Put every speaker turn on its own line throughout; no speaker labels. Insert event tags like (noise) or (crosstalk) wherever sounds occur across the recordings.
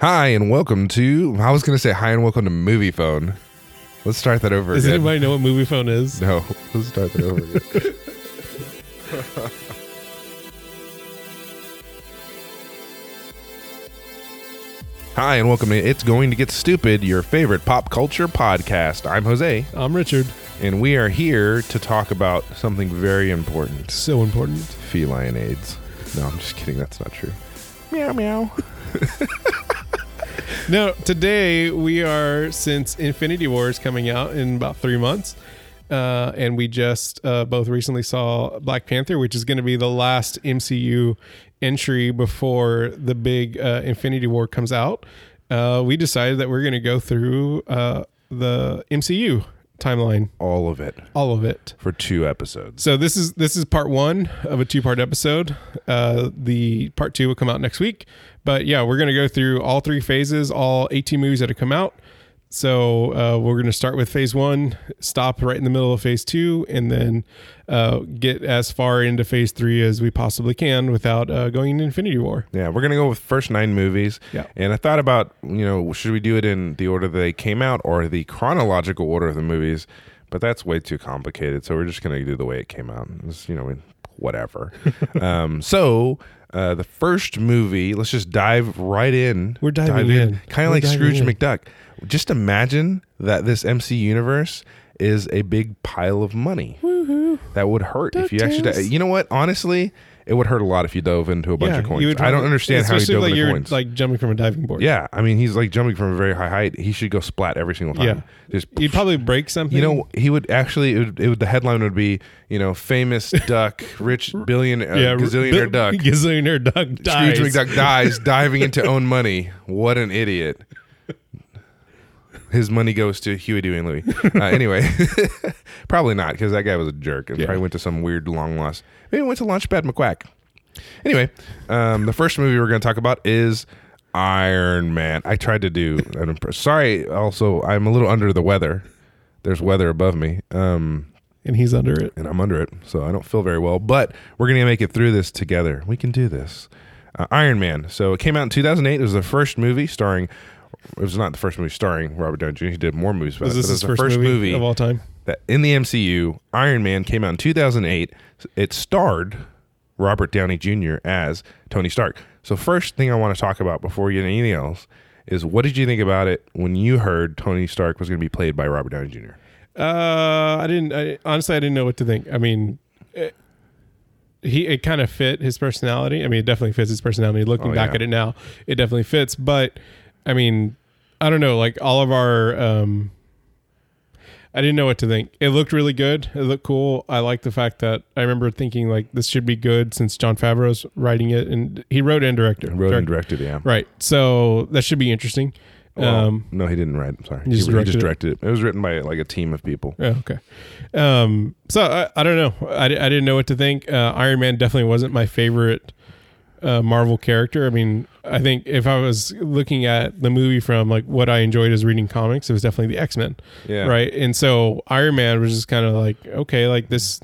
Hi and welcome to. I was gonna say hi and welcome to Movie Phone. Let's start that over
Does
again.
anybody know what movie phone is?
No, (laughs) let's start that over again. (laughs) Hi and welcome to It's Going to Get Stupid, your favorite pop culture podcast. I'm Jose,
I'm Richard.
and we are here to talk about something very important:
So important.
feline AIDS. No, I'm just kidding. That's not true. Meow meow.
No, today we are since Infinity War is coming out in about three months, uh, and we just uh, both recently saw Black Panther, which is going to be the last MCU entry before the big uh, Infinity War comes out. Uh, we decided that we're going to go through uh, the MCU timeline,
All of it
all of it.
for two episodes.
So this is this is part one of a two part episode. Uh, the part two will come out next week. But yeah, we're gonna go through all three phases, all 18 movies that have come out. So uh, we're gonna start with phase one, stop right in the middle of phase two, and then uh, get as far into phase three as we possibly can without uh, going into Infinity War.
Yeah, we're gonna go with first nine movies.
Yeah.
and I thought about you know should we do it in the order they came out or the chronological order of the movies, but that's way too complicated. So we're just gonna do the way it came out. It's, you know,
(laughs)
whatever. um, so uh, the first movie, let's just dive right in.
We're diving in.
kind of
We're
like
diving
Scrooge
in.
McDuck. Just imagine that this MC universe is a big pile of money. Woohoo! That would hurt if you actually.
DuckTales.
you know what? Honestly. It would hurt a lot if you dove into a bunch of coins. I don't understand how he
especially
dove
like
into
you're
coins.
like jumping from a diving board.
yeah, I mean, he's like jumping from a very high height. He should go splat every single time.
Yeah.
Just
you'd probably break something.
you know, uh, he would actually. It would, it would the headline would be you know famous (laughs) duck, rich billion uh,
yeah,
gazillionaire duck,
(laughs) gazillionaire duck dies.
Scrooge McDuck
(laughs)
dies diving into own money. What an idiot! His money goes to Huey, Dewey, and Louie. Uh, anyway, (laughs) probably not because that guy was a jerk and
Yeah.
probably went to some weird long lost. Maybe went to Launchpad McQuack. Anyway, um, the first movie we're going to talk about is Iron Man. I tried to do. An imp- sorry, also I'm a little under the weather. There's weather above me. Um,
and he's under it.
and I'm under it, so I don't feel very well. But we're gonna make it through this together. We can do this. Uh, Iron Man. So it came out in 2008. It was the first movie starring. It was not the first movie starring Robert Downey Jr. He did more movies. About
Is
it,
this
but it
his first, movie, of all time?
that in the MCU, Iron Man came out in 2008. It starred Robert Downey Jr. as Tony Stark. So first thing I want to talk about before we get into anything else is what did you think about it when you heard Tony Stark was going to be played by Robert Downey Jr.
Uh, I didn't. I, honestly, I didn't know what to think. I mean, it, he it kind of fit his personality. I mean, it definitely fits his personality. Looking
Oh,
back
yeah.
at it now, it definitely fits. But I mean, I don't know. Like all of our, um, I didn't know what to think. It looked really good. It looked cool. I like the fact that I remember thinking like this should be good since John Favreau's writing it and he wrote and directed.
Wrote and
Direct-
directed, yeah.
Right. So that should be interesting. um,
um, no, he didn't write. I'm sorry, he,
He just
he just
directed
directed it. It was written by like a team of people.
Oh, okay. Um, so I, I don't know. I, di- I didn't know what to think. Uh, Iron Man definitely wasn't my favorite uh, Marvel character. I mean, I think if I was looking at the movie from like what I enjoyed as reading comics, it was definitely the X Men,
Yeah,
right? And so Iron Man was just kind of like, okay, like this,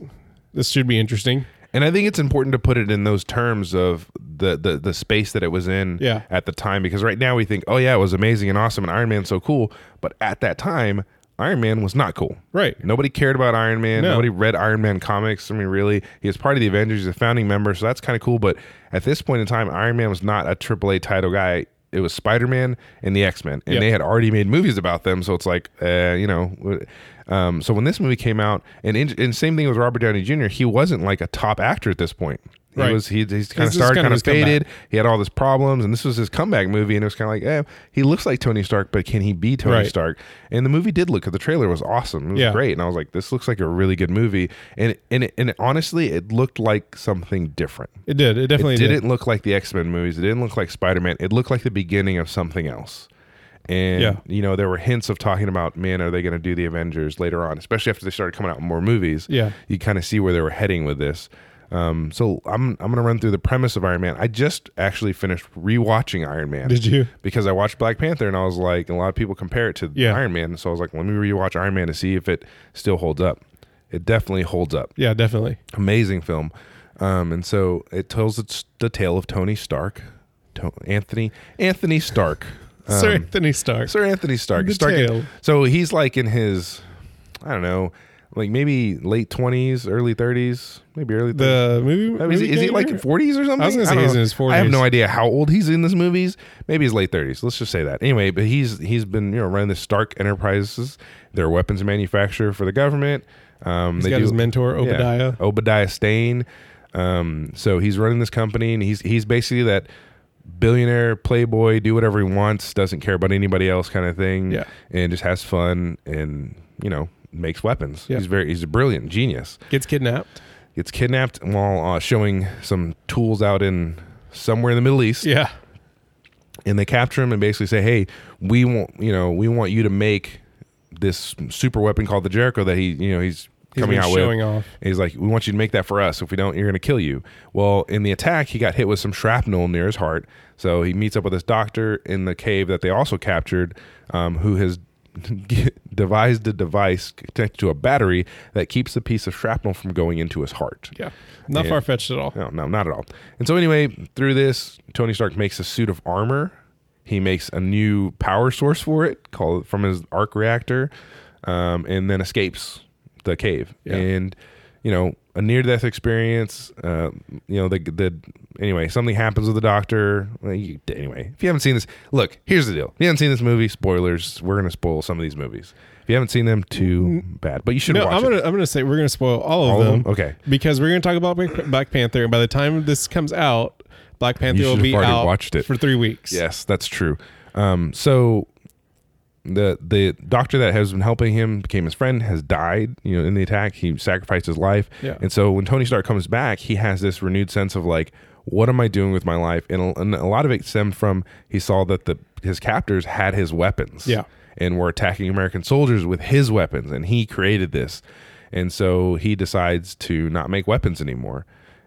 this should be interesting.
And I think it's important to put it in those terms of the the, the space that it was in
Yeah.
at the time, because right now we think, oh yeah, it was amazing and awesome, and Iron Man's so cool. But at that time, Iron Man was not cool.
Right.
Nobody cared about Iron Man.
No.
Nobody read Iron Man comics. I mean, really, he was part of the Avengers. He's a founding member, so that's kind of cool. But at this point in time, Iron Man was not a AAA title guy. It was Spider Man and the X Men, and
Yeah.
they had already made movies about them. So it's like, uh, you know, w- um, so when this movie came out, and in, and same thing with Robert Downey Jr. He wasn't like a top actor at this point. He
Right.
was he, he's kind of
This is
started
kind
kind
of
of
his comeback.
faded. He had all these problems, and this was his comeback movie. And it was kind of like, eh, he looks like Tony Stark, but can he be Tony
Right.
Stark? And the movie did look. The trailer was awesome. It was
Yeah.
great, and I was like, this looks like a really good movie. And and and honestly, it looked like something different.
It did. It definitely
It
did.
didn't look like the X Men movies. It didn't look like Spider Man. It looked like the beginning of something else. And
Yeah.
you know, there were hints of talking about, man, are they going to do the Avengers later on? Especially after they started coming out with more movies.
Yeah.
you kind of see where they were heading with this. Um, so I'm I'm going to run through the premise of Iron Man. I just actually finished rewatching Iron Man
Did you?
because I watched Black Panther and I was like, a lot of people compare it to
Yeah.
Iron Man. So I was like, let me rewatch Iron Man to see if it still holds up. It definitely holds up
Yeah, definitely.
amazing film. Um, and so it tells it's the tale of Tony Stark, to- Anthony Anthony Stark.
(laughs) Sir Anthony Stark.
Sir Anthony Stark.
The
Stark
tail.
so he's like in his, I don't know, like maybe late twenties, early thirties, maybe early. 30s.
the movie.
I mean, is,
movie
he- is he like
character?
in forties or something?
I was gonna say
don't
he's in
know.
his
I have
40s.
no idea how old he's in this movies. Maybe he's late thirties. Let's just say that. Anyway, but he's he's been you know running the Stark Enterprises, their weapons manufacturer for the government. Um,
He's got his mentor
yeah,
Obadiah.
Obadiah Stane. Um, so he's running this company, and he's he's basically that billionaire playboy, do whatever he wants, doesn't care about anybody else, kind of thing.
Yeah.
and just has fun, and you know makes weapons.
Yeah.
He's very he's a brilliant genius
Gets kidnapped.
gets kidnapped while uh, showing some tools out in somewhere in the Middle East,
Yeah.
and they capture him and basically say, "Hey, we want you know we want you to make this super weapon called the Jericho that he you know he's."
He's
Coming
been
out
showing
with,
off.
he's like, "We want you to make that for us. If we don't, you're going to kill you." Well, in the attack, he got hit with some shrapnel near his heart, so he meets up with his doctor in the cave that they also captured, um, who has (laughs) devised a device connected to a battery that keeps the piece of shrapnel from going into his heart.
Yeah. Not
Yeah.
far fetched at all.
No, no, not at all. And so anyway, through this, Tony Stark makes a suit of armor. He makes a new power source for it, called from his arc reactor, um, and then escapes the cave.
Yeah.
And you know, a near death experience. Uh, you know, the the anyway, something happens with the doctor. Well, you- Anyway, if you haven't seen this, look, here's the deal. If you haven't seen this movie, spoilers. We're gonna spoil some of these movies. If you haven't seen them, too bad. But you should
Mm-hmm. No,
watch
I'm
it.
gonna I'm gonna say we're gonna spoil all of,
All of
them,
them? Okay.
Because we're gonna talk about Black- Black Panther, and by the time this comes out, Black Panther will
should have
be
already
out
watched it.
for three weeks.
Yes, that's true. Um, so the the doctor that has been helping him became his friend has died. You know, in the attack, he sacrificed his life.
Yeah.
And so when Tony Stark comes back, he has this renewed sense of like, what am I doing with my life? And a, and a lot of it stemmed from he saw that the his captors had his weapons.
Yeah.
And were attacking American soldiers with his weapons, and he created this. And so he decides to not make weapons anymore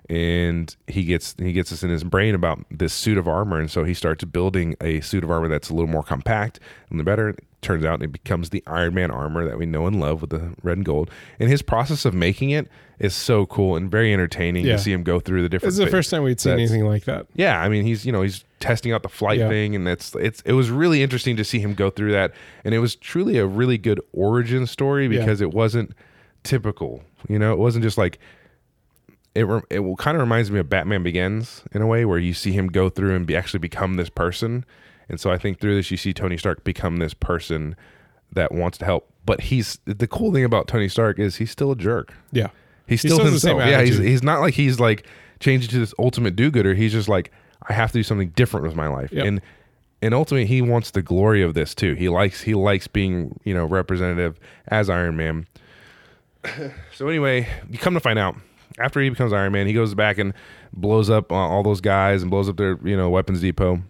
and he gets he gets this in his brain about this suit of armor, and so he starts building a suit of armor that's a little more compact and the better. It turns out it becomes the Iron Man armor that we know and love with the red and gold. And his process of making it is so cool and very entertaining
Yeah.
to see him go through the different.
This is the
phases.
first time we'd seen
That's-
anything like that.
Yeah, I mean he's you know he's testing out the flight
Yeah.
thing, and it's it's it was really interesting to see him go through that, and it was truly a really good origin story
Yeah.
because it wasn't typical. You know, it wasn't just like it. Re- it will kind of reminds me of Batman Begins in a way where you see him go through and be actually become this person, and so I think through this you see Tony Stark become this person that wants to help, but he's the cool thing about Tony Stark is he's still a jerk.
Yeah.
He's still,
still has the same
himself. yeah, he's,
attitude.
he's not like he's like changing to this ultimate do-gooder. He's just like I have to do something different with my life.
Yep.
And and ultimately he wants the glory of this too. He likes he likes being, you know, representative as Iron Man. (clears throat) so anyway, you come to find out after he becomes Iron Man, he goes back and blows up uh, all those guys and blows up their, you know, weapons depot.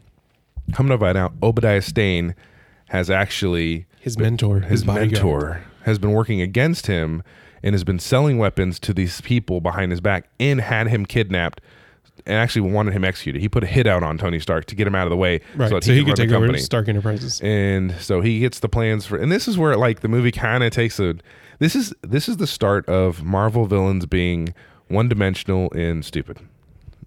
Come to find out Obadiah Stane has actually
His mentor, his,
his
bodyguard.
mentor has been working against him and has been selling weapons to these people behind his back and had him kidnapped and actually wanted him executed. He put a hit out on Tony Stark to get him out of the way
Right.
that
so he could
run
take
the
over
company.
Stark Enterprises.
And so he gets the plans for and this is where like the movie kind of takes a this is this is the start of Marvel villains being one-dimensional and stupid.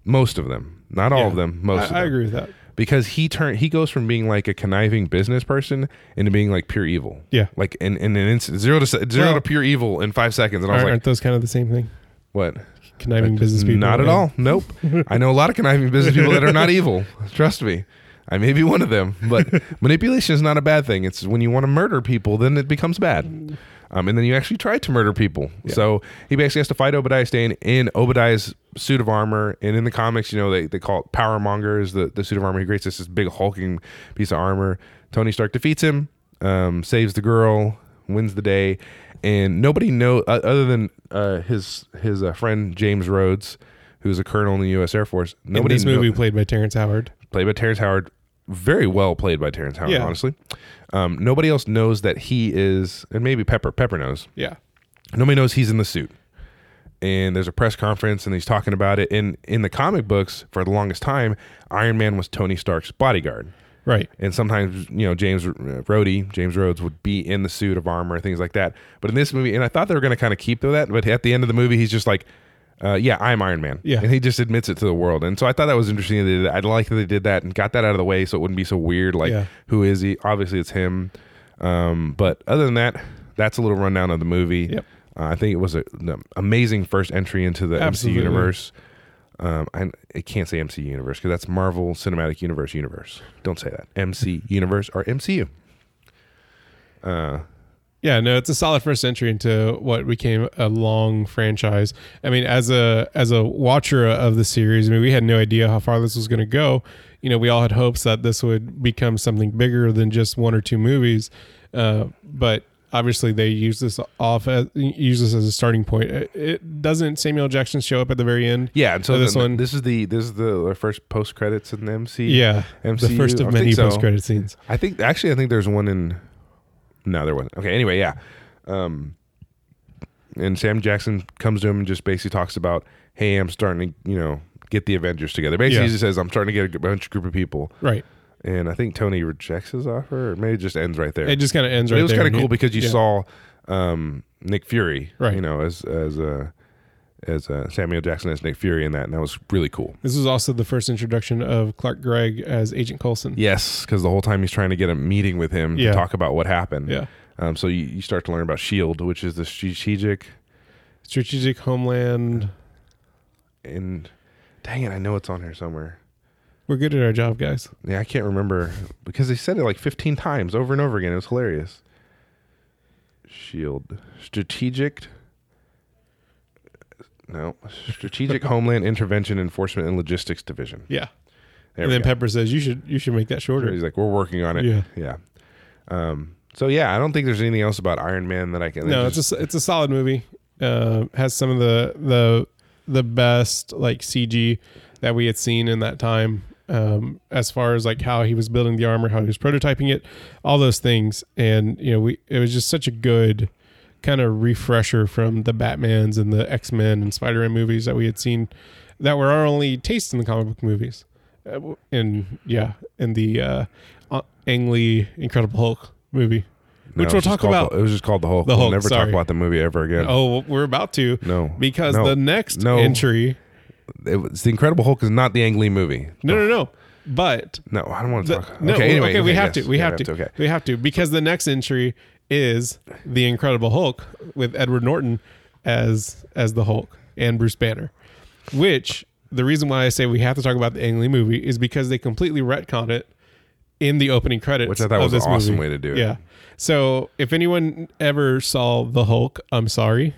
Most of them, not all
Yeah.
of them, most of them
I, I agree with that.
because he turn he goes from being like a conniving business person into being like pure evil.
Yeah.
like in in an instant, zero to se- zero
Well-
to pure evil in five seconds, and I was
Aren't,
like,
aren't those kind of the same thing?
what?
Conniving business people.
Not at
yeah.
all. Nope. I know a lot of conniving business people that are not evil. Trust me. I may be one of them, but manipulation is not a bad thing. It's when you want to murder people, then it becomes bad. Um, and then you actually try to murder people. So he basically has to fight Obadiah Stane in Obadiah's suit of armor. And in the comics, you know, they, they call it Power Monger is the, the suit of armor. He creates this, this big hulking piece of armor. Tony Stark defeats him, um, saves the girl, wins the day. And nobody know uh, other than uh, his his uh, friend James Rhodes, who's a colonel in the U.S. Air Force.
In
Nobody
this
kno-
movie played by Terrence Howard.
played by Terrence Howard, very well played by Terrence Howard.
Yeah.
Honestly, um, nobody else knows that he is, and maybe Pepper. Pepper knows.
Yeah.
Nobody knows he's in the suit. And there's a press conference, and he's talking about it. And in the comic books, for the longest time, Iron Man was Tony Stark's bodyguard
Right.
and sometimes you know James uh, Rhodey, James Rhodes would be in the suit of armor, things like that. But in this movie, and I thought they were going to kind of keep to that, but at the end of the movie, he's just like, uh, yeah, I'm Iron Man.
Yeah.
And he just admits it to the world. And so I thought that was interesting. That they did that. I'd like that they did that and got that out of the way so it wouldn't be so weird. Like,
Yeah.
who is he? Obviously, it's him. Um, but other than that, that's a little rundown of the movie.
Yep.
Uh, I think it was a, an amazing first entry into the
Absolutely.
MC universe. Um, I, I can't say MC universe because that's Marvel Cinematic Universe universe. Don't say that.
(laughs)
MC universe or MCU. Uh,
Yeah, no, it's a solid first entry into what became a long franchise. I mean, as a as a watcher of the series, I mean, we had no idea how far this was going to go. You know, we all had hopes that this would become something bigger than just one or two movies, uh, but obviously they use this off as, use this as a starting point. It, it doesn't Samuel Jackson show up at the very end.
yeah. And so
Oh, this
this
one-
one, this is the this is the first post credits in the MC.
Yeah, the
MCU,
first
I think
of many
so.
post credit scenes.
I think actually I think there's one in No, there wasn't. Okay, anyway, yeah. Um and Sam Jackson comes to him and just basically talks about, "Hey, I'm starting to, you know, get the Avengers together." Basically,
Yeah.
he just says, "I'm starting to get a bunch group of people."
Right.
And I think Tony rejects his offer, or maybe it just ends right there.
It just kind of ends
But
right
it was
there.
kind of
And
cool because you
yeah.
saw um, Nick Fury,
Right.
You know, as as uh, as uh, Samuel Jackson as Nick Fury in that, and that was really cool.
This was also the first introduction of Clark Gregg as Agent Coulson.
Yes, because the whole time he's trying to get a meeting with him
Yeah.
to talk about what happened.
Yeah.
Um, so you, you start to learn about Shield, E which is the strategic
Strategic Homeland.
and dang it, I know it's on here somewhere.
We're good at our job, guys.
Yeah, I can't remember because they said it like 15 times over and over again. It was hilarious. Shield, E strategic. No,
(laughs)
strategic homeland intervention enforcement and logistics division.
Yeah.
There
and
we
then
go.
Pepper says, "You should you should make that shorter."
He's like, we're working on it.
Yeah.
Yeah. Um, so yeah, I don't think there's anything else about Iron Man that I can.
No,
just-
it's a s- it's a solid movie. Uh, has some of the the the best like CG that we had seen in that time. Um, as far as like how he was building the armor, how he was prototyping it, all those things, and you know, we it was just such a good kind of refresher from the Batman's and the X Men and Spider Man movies that we had seen that were our only taste in the comic book movies. Uh, w- and yeah, and the uh, uh, Ang Lee Incredible Hulk
No,
movie. which
it
we'll
was just
talk
called
about.
The, it was just called the Hulk.
The Hulk,
We'll never
sorry.
talk about the movie ever again.
Oh, well, we're about to.
No,
Because
no.
the next
No.
entry.
It was, the Incredible Hulk is not the Ang Lee movie.
No, no, no. But
No, I don't want to
the,
talk.
no,
okay, anyway,
okay, we
okay,
have
yes.
to. We
Yeah,
have to.
Okay.
We have to because the next entry is the Incredible Hulk with Edward Norton as as the Hulk and Bruce Banner, which the reason why I say we have to talk about the Ang Lee movie is because they completely retcon it in the opening credits,
Which I thought
of
was
this
an awesome
movie.
way to do it.
Yeah. So if anyone ever saw the Hulk, I'm sorry.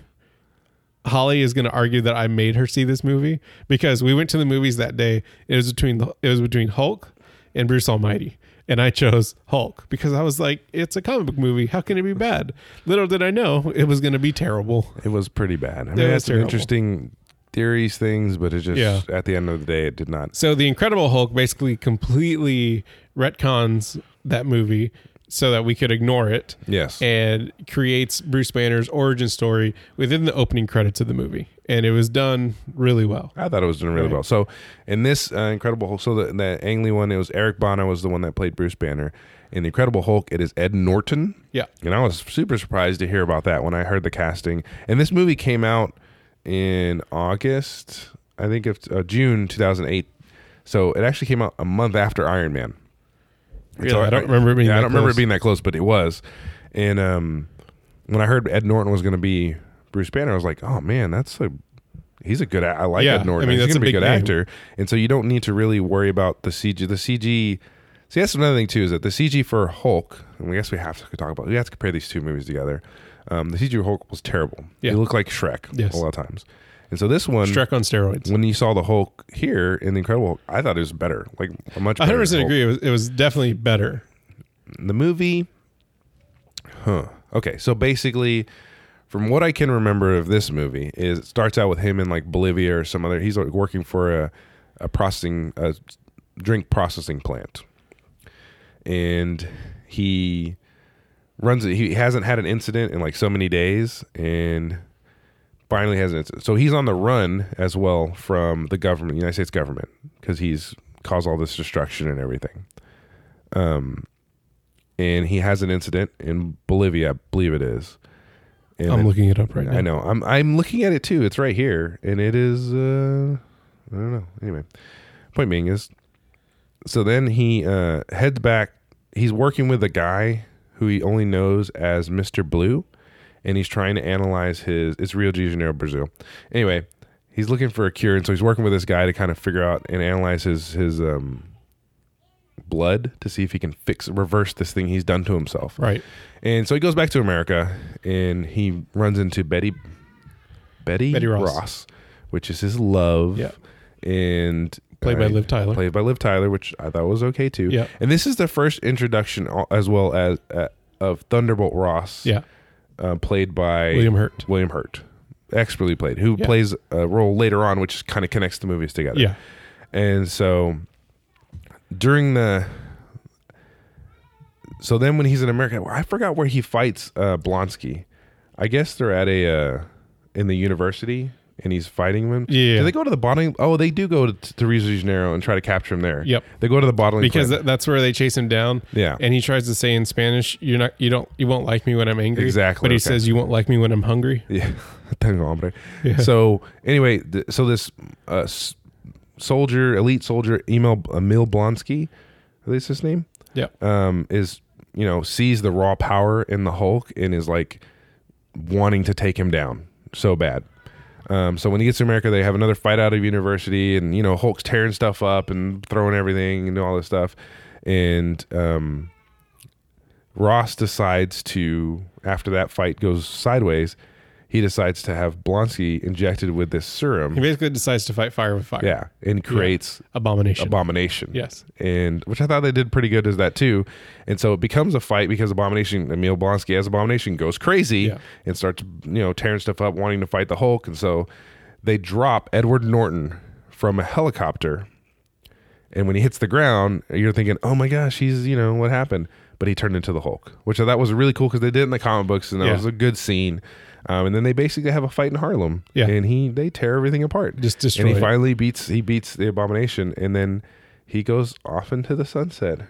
Holly is going to argue that I made her see this movie because we went to the movies that day. It was between the, it was between Hulk and Bruce Almighty, and I chose Hulk because I was like, it's a comic book movie. How can it be bad? Little did I know it was going to be terrible.
It was pretty bad. I mean,
was
it had some
terrible.
interesting theories, things, but it just
Yeah.
at the end of the day, it did not.
So the Incredible Hulk basically completely retcons that movie so that we could ignore it.
Yes,
and creates Bruce Banner's origin story within the opening credits of the movie. And it was done really well.
I thought it was doing really
Right.
well. So in this uh, Incredible Hulk, so the, the Ang Lee one, it was Eric Bana was the one that played Bruce Banner. In the Incredible Hulk, it is Ed Norton.
Yeah.
And I was super surprised to hear about that when I heard the casting. And this movie came out in August, I think, of uh, June 2008. So it actually came out a month after Iron Man. And
Really? I don't remember it being
Yeah,
that
I don't remember
close.
it being that close, but it was. And um, when I heard Ed Norton was going to be Bruce Banner, I was like, oh man, that's a he's a good. a- I like
Yeah,
Ed Norton.
I mean,
he's
that's
going
a
to be a
big
good
name.
actor, and so you don't need to really worry about the CG. The CG. See, that's another thing too is that the CG for Hulk, and I guess we have to talk about. We have to compare these two movies together. Um, the CG for Hulk was terrible.
Yeah.
It looked like Shrek
Yes.
a lot of times, and so this one.
Shrek on steroids.
When you saw the Hulk here in the Incredible Hulk, I thought it was better, like a much.
I
Better
100%
Hulk
agree. It was, it was definitely better.
the movie huh okay so basically from what i can remember of this movie is it starts out with him in like bolivia or some other he's like working for a, a processing a drink processing plant and he runs it he hasn't had an incident in like so many days and finally has an incident so he's on the run as well from the government united states government because he's caused all this destruction and everything um and he has an incident in Bolivia, I believe it is. And
I'm
it-
looking it up right now.
I know. I'm I'm looking at it too. It's right here, and it is. Uh, I don't know. Anyway, point being is, so then he uh, heads back. He's working with a guy who he only knows as Mister Blue, and he's trying to analyze his. It's Rio de Janeiro, Brazil. Anyway, he's looking for a cure, and so he's working with this guy to kind of figure out and analyze his his um blood to see if he can fix reverse this thing he's done to himself.
Right.
And so he goes back to America and he runs into Betty Betty,
Betty Ross.
which is his love.
Yeah.
And
Played by
I-
Liv Tyler.
Played by Liv Tyler, which I thought was okay too.
Yeah.
And this is the first introduction al- as well as uh, of Thunderbolt Ross.
Yeah.
Uh, played by
William Hurt.
William Hurt. Expertly played, who
Yeah.
plays a role later on, which kind of connects the movies together.
Yeah.
And so during the so then when he's in America, I forgot where he fights uh, Blonsky. I guess they're at a uh, in the university and he's fighting him.
Yeah.
Do they go to the bottling? Oh, they do go to, to Rio de Janeiro and try to capture him there.
Yep.
They go to the bottling
Because
plant.
tha- that's where they chase him down.
Yeah.
And he tries to say in Spanish, "You're not. You don't. You won't like me when I'm angry."
Exactly,
But he
okay.
says, "You won't like me when I'm hungry."
(laughs) Yeah, tengo hambre. So anyway, th- so this uh, s- soldier, elite soldier, email Emil Blonsky, is this his name?
Yeah.
Um, is you know sees the raw power in the Hulk and is like wanting to take him down so bad. Um, so when he gets to America, they have another fight out of university, and you know Hulk's tearing stuff up and throwing everything and all this stuff, and um, Ross decides to, after that fight goes sideways, he decides to have Blonsky injected with this
He
serum.
basically decides to fight fire with fire.
Yeah, and creates
Abomination.
Abomination.
Yes.
And which I thought they did pretty good as that too. And so it becomes a fight because Abomination, Emil Blonsky as Abomination, goes crazy
Yeah.
and starts, you know, tearing stuff up, wanting to fight the Hulk. And so they drop Edward Norton from a helicopter. And when he hits the ground, you're thinking, oh my gosh, he's, you know, what happened? But he turned into the Hulk, which I thought was really cool because they did it in the comic books and that
Yeah.
was a good scene. Um, and then they basically have a fight in Harlem.
Yeah.
And he they tear everything apart.
Just
And he
destroy it.
finally beats he beats the abomination and then he goes off into the sunset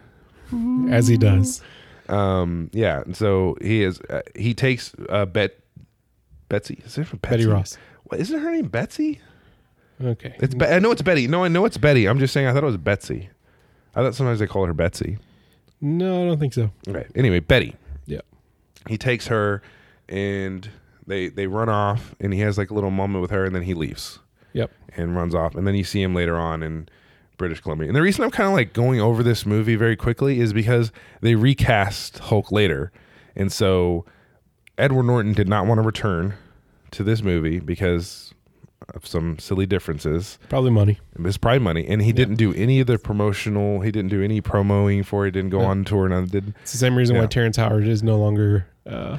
As he does.
um yeah and so he is uh, he takes uh bet betsy is it from betsy?
Betty Ross.
what isn't her name betsy
Okay.
it's Be- i know it's betty no i know it's betty i'm just saying i thought it was betsy i thought sometimes they call her betsy
no, I don't think so.
right anyway betty
Yeah.
he takes her and they they run off and he has like a little moment with her and then he leaves
Yep.
and runs off. And then you see him later on in British Columbia. And the reason I'm kind of like going over this movie very quickly is because they recast Hulk later. And so Edward Norton did not want to return to this movie because of some silly differences.
Probably money.
It's probably money. And he didn't do any of the promotional, he didn't do any promoing for it, didn't go on tour, none did.
It's the same reason
Yeah.
why Terrence Howard is no longer (laughs) uh,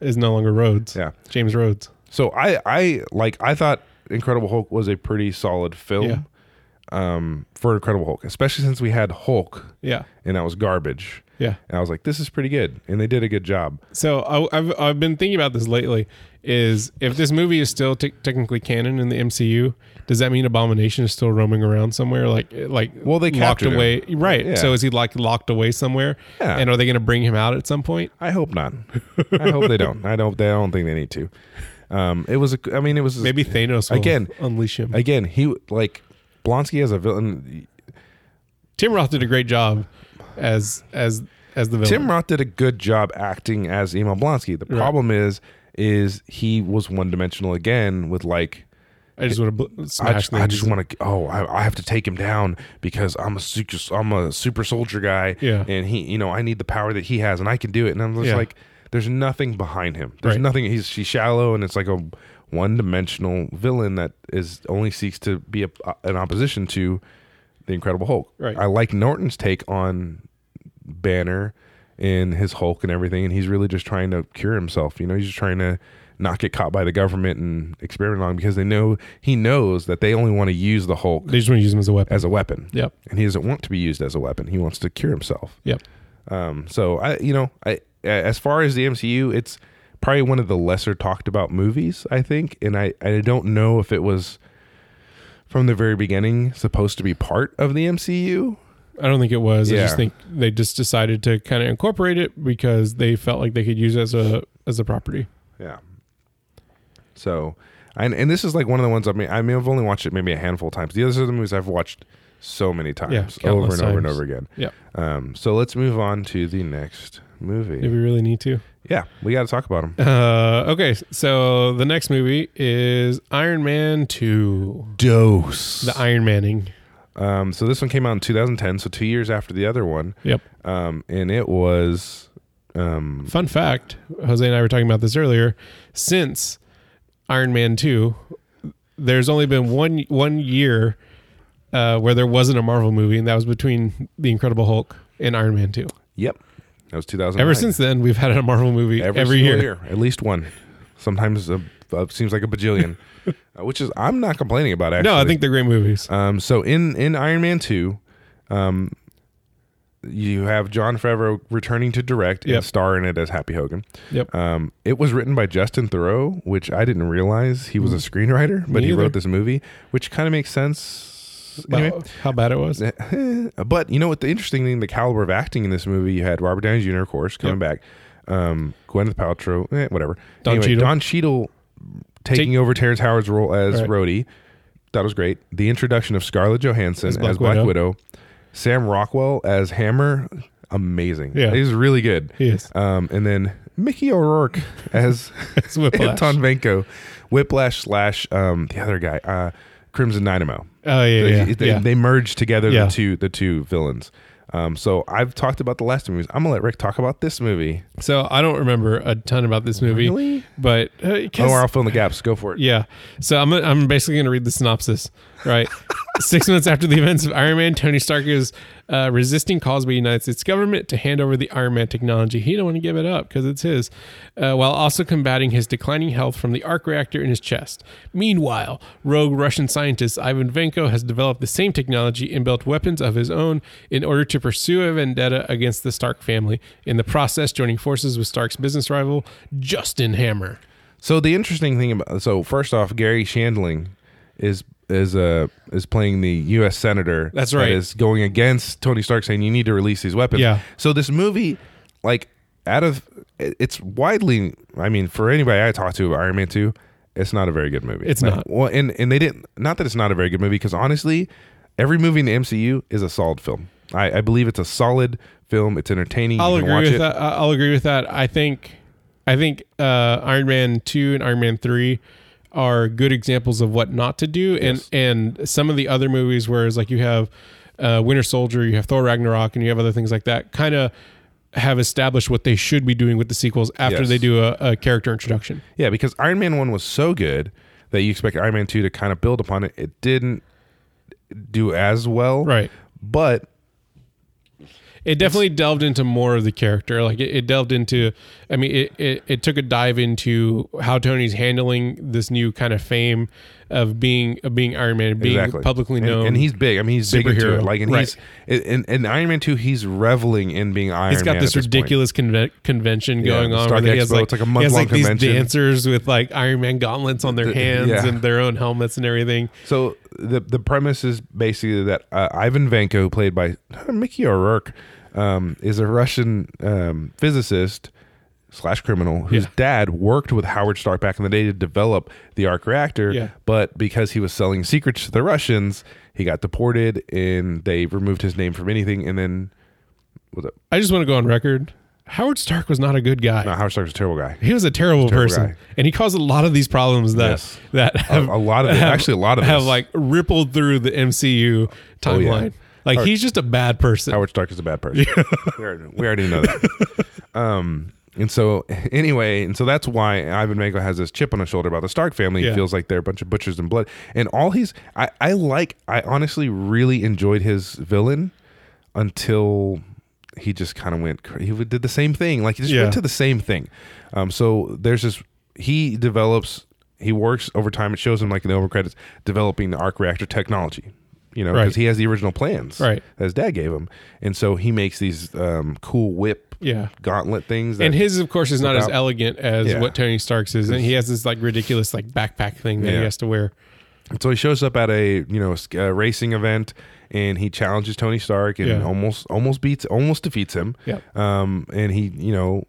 is no longer Rhodes.
Yeah.
James Rhodes.
So I I like I thought Incredible Hulk was a pretty solid film
Yeah.
um for Incredible Hulk, especially since we had Hulk
Yeah.
and that was garbage.
Yeah.
And I was like, this is pretty good. And they did a good job.
So I, I've I've been thinking about this lately. Is if this movie is still t- technically canon in the MCU, does that mean Abomination is still roaming around somewhere? Like eh, like
Well, they
locked
captured him.
away, right?
Yeah.
So is he like locked away somewhere?
Yeah.
And are they going to bring him out at some point?
I hope not. (laughs) I hope they don't. I don't. They don't think they need to. Um, it was. A, I mean, it was
Maybe Thanos will
Again,
unleash him.
again. He like Blonsky as a villain.
Tim Roth did a great job as as as the villain.
Tim Roth did a good job acting as Emil Blonsky. The problem is, is he was one dimensional again with like.
I just want to bl-
I
smash
just, I
things.
just want to. Oh, I, I have to take him down because I'm a super. I'm a super soldier guy.
Yeah.
And he, you know, I need the power that he has, and I can do it. And I'm just
Yeah.
like, there's nothing behind him. There's
Right.
nothing. He's she's shallow, and it's like a one-dimensional villain that is only seeks to be a, an opposition to the Incredible Hulk.
Right.
I like Norton's take on Banner and his Hulk and everything, and he's really just trying to cure himself. You know, he's just trying to not get caught by the government and experiment on because they know he knows that they only want to use the Hulk
they just want to use him as a weapon.
as a weapon.
yep.
And he doesn't want to be used as a weapon. He wants to cure himself.
Yep.
Um, so I, you know, I as far as the MCU, it's probably one of the lesser talked about movies, I think, and I I don't know if it was from the very beginning supposed to be part of the MCU.
I don't think it was. I
Yeah.
just think they just decided to kind of incorporate it because they felt like they could use it as a as a property.
Yeah. So, and and this is like one of the ones I mean I mean I've only watched it maybe a handful of times. The others are the movies I've watched so many times, over and
countless
over and
times.
over again.
Yeah.
Um. So let's move on to the next movie.
Do we really need to?
Yeah, we got to talk about them.
Uh, okay, so the next movie is Iron Man 2.
Dose.
The Iron Manning.
Um, so this one came out in 2010, so two years after the other one,
Yep.
um, and it was um,
Fun fact Jose and I were talking about this earlier. Since Iron Man 2, there's only been one one year uh, where there wasn't a Marvel movie, and that was between The Incredible Hulk and Iron Man 2.
yep, that was 2000.
Ever since then, we've had a Marvel movie every, year.
single at least one. Sometimes a, a, seems like a
(laughs)
bajillion, uh, which is I'm not complaining about. Actually,
No, I think they're great movies.
Um, so in in Iron Man two, um, you have John Favreau returning to direct
Yep.
and star in it as Happy Hogan.
Yep.
Um, it was written by Justin Thoreau, which I didn't realize he was a screenwriter, but
Mm-hmm. Me
he
either.
wrote this movie, which kind of makes sense.
About
Anyway,
how bad it was.
(laughs) but you know what? The interesting thing, the caliber of acting in this movie, you had Robert Downey Jr. of course coming back, um, Gwyneth Paltrow, eh, whatever.
Don Cheadle.
Don Cheadle taking over Terrence Howard's role as
Right.
Rhodey. That was great. The introduction of Scarlett Johansson as
As
Black,
Black
Widow.
Widow.
Sam Rockwell as Hammer, amazing.
Yeah.
he's really good.
He is.
Um, and then Mickey
(laughs)
O'Rourke as
It's Whiplash.
Anton Vanko, Whiplash slash um, the other guy, uh, Crimson Dynamo.
Oh, yeah,
They-
yeah,
they,
yeah.
they merge together
Yeah.
the two the two villains. Um, so I've talked about the last two movies. I'm gonna let Rick talk about this movie.
So I don't remember a ton about this movie,
Really?
but uh,
Oh,
'cause-
or I'll fill in the gaps. Go for it.
yeah. So I'm I'm basically going to read the synopsis, right? Six months after the events of Iron Man, Tony Stark is uh, resisting calls by the United States government to hand over the Iron Man technology. He don't want to give it up because it's his, uh, while also combating his declining health from the arc reactor in his chest. Meanwhile, rogue Russian scientist Ivan Venko has developed the same technology and built weapons of his own in order to pursue a vendetta against the Stark family. In the process, joining forces with Stark's business rival Justin Hammer.
So the interesting thing about so first off, Gary Shandling is is uh is playing the U.S. senator.
That's right.
That is going against Tony Stark, saying you need to release these weapons.
Yeah.
So this movie, like, out of it- it's widely, I mean, for anybody I talk to about Iron Man two, it's not a very good movie.
It's
Like,
not.
Well, and and they didn't. Not that it's not a very good movie, because honestly, every movie in the MCU is a solid film. I, I believe it's a solid film. It's entertaining.
I'll
you can
agree
watch
with
it.
that. I- I'll agree with that. I think, I think uh, Iron Man two and Iron Man three are good examples of what not to do, and and some of the other movies, whereas like you have uh, Winter Soldier, you have Thor Ragnarok, and you have other things like that, kind of have established what they should be doing with the sequels after
Yes.
they do a, a character introduction.
Yeah, because Iron Man 1 was so good that you expect Iron Man 2 to kind of build upon it. It didn't do as well.
Right.
But
It definitely delved into more of the character. Like it, it delved into, I mean, it, it, it took a dive into how Tony's handling this new kind of fame of being of being Iron Man, being
exactly.
publicly
And-
known.
And, he's big. I mean, he's big into
superhero.
it. Like, and
Right.
he's, in, in Iron Man 2, he's reveling in being Iron Man.
he's got
at
this
point.
ridiculous conven- convention
Yeah,
going
the
on
Stark
where he has
Expo,
like,
it's like a
he has,
month-long
like, these
convention.
dancers with like Iron Man gauntlets on their hands
yeah.
and their own helmets and everything.
So the the premise is basically that uh, Ivan Vanko, played by (laughs) Mickey O'Rourke, um, is a Russian um, physicist slash criminal whose
Yeah.
dad worked with Howard Stark back in the day to develop the arc reactor.
Yeah.
But because he was selling secrets to the Russians, he got deported, and they removed his name from anything. And then was it?
I just want to go on record. Howard Stark was not a good guy.
No, Howard Stark was a terrible guy.
He was a terrible, person,
guy.
and he caused a lot of these problems that
Yes.
that have
a lot of it- actually a lot of
have
this. Oh,
like rippled through the MCU
yeah.
timeline. Like he's just a bad person.
Howard Stark is a bad person. (laughs) we, already, we already know that. Um, and so anyway, and so that's why Ivan Mango has this chip on his shoulder about the Stark family. He
Yeah.
feels like they're a bunch of butchers and blood. And all he's, I, I like, I honestly really enjoyed his villain until he just kind of went. cra- He did the same thing. Like he just
Yeah.
went to the same thing. Um, so there's this. He develops. He works over time. It shows him like in the over credits developing the arc reactor technology. You know, because
Right.
he has the original plans
Right.
that his dad gave him, and so he makes these um, cool whip
Yeah.
gauntlet things. That,
And his, of course, is not as
Without-
elegant as
Yeah.
what Tony Stark's is, and he has this like ridiculous like backpack thing that
Yeah.
he has to wear.
so he shows up at a you know s- uh, racing event, and he challenges Tony Stark and
Yeah.
almost almost beats almost defeats him.
Yep.
Um, and he you know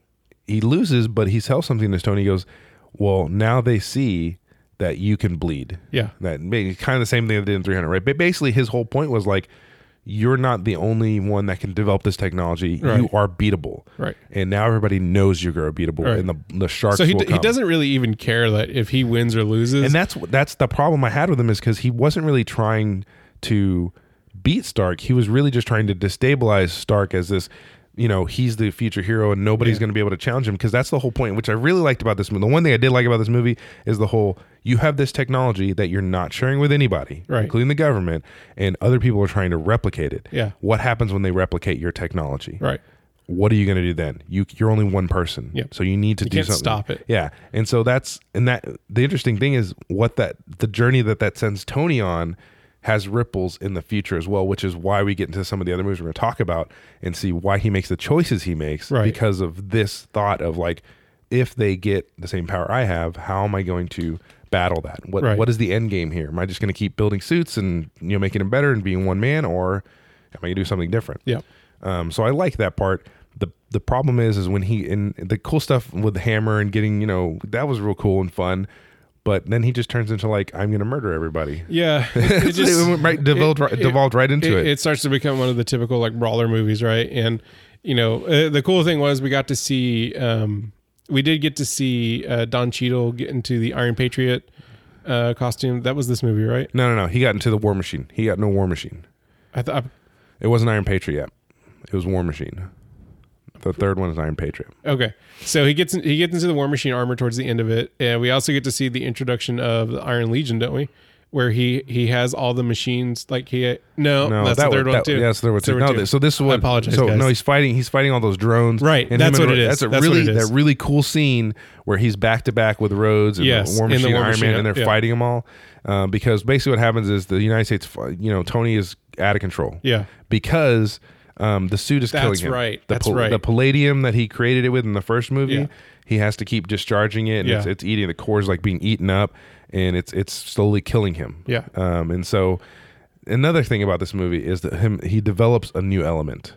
he loses, but he tells something to Tony. He goes, Well, now they see that you can bleed.
Yeah.
That may- kind of the same thing they did in 300, right? But basically, his whole point was like, you're not the only one that can develop this technology. You
Right.
are beatable.
Right.
And now everybody knows you're beatable,
Right.
and the, the sharks
So he,
will
d-
come.
he doesn't really even care that if he wins or loses.
and that's that's the problem I had with him is because he wasn't really trying to beat Stark. He was really just trying to destabilize Stark as this, you know, he's the future hero and nobody's going to be able to challenge him because that's the whole point. Which I really liked about this movie. The one thing I did like about this movie is the whole you have this technology that you're not sharing with anybody,
Right.
including the government, and other people are trying to replicate it.
Yeah.
What happens when they replicate your technology?
right.
what are you going to do then? You you're only one person,
Yep.
so you need to do
can't
something.
stop it.
Yeah, and so that's and that the interesting thing is what that the journey that that sends Tony on has ripples in the future as well, which is why we get into some of the other movies we're going to talk about and see why he makes the choices he makes
Right.
because of this thought of like if they get the same power I have, how am I going to battle that? What
Right.
what is the end game here? Am I just going to keep building suits and you know making them better and being one man, or am I going to do something different?
Yeah.
Um, so I like that part. the The problem is, is when he and the cool stuff with the hammer and getting, you know, that was real cool and fun. But then he just turns into like, I'm gonna murder everybody. (laughs)
Yeah. It,
It, right, devolved, right- devolved right into it.
it starts to become one of the typical like brawler movies, right? And you know, uh, the cool thing was we got to see, um, we did get to see uh, Don Cheadle get into the Iron Patriot uh, costume. That was this movie, right?
No, no, no. He got into the War Machine. He got no War Machine.
I thought
It wasn't Iron Patriot yet. It was War Machine. The third one is Iron Patriot.
okay. So he gets in, he gets into the War Machine armor towards the end of it, and we also get to see the introduction of the Iron Legion, don't we? Where he he has all the machines like he no,
No,
that's
that
the third
was,
one
that,
too.
Yes, there was
That's the
two.
third
No,
one,
th- so this one.
apologize,
So
guys.
no, he's fighting. He's fighting all those drones.
Right,
him
that's
and-
what it is.
That's a
That's
really
what it is.
that really cool scene where he's back to back with Rhodes and
Yes,
the War
and the
Machine,
War
Iron
Machine,
Man, and they're
yeah.
fighting them all. Uh, because basically, what happens is the United States, fi- you know, Tony is out of control.
Yeah.
because. Um, the suit is killing
That's
him.
right.
The
That's right.
The palladium that he created it with in the first movie,
Yeah.
he has to keep discharging it, and
Yeah.
it's, it's eating the cores like being eaten up, and it's it's slowly killing him.
Yeah.
Um, and so another thing about this movie is that him he develops a new element.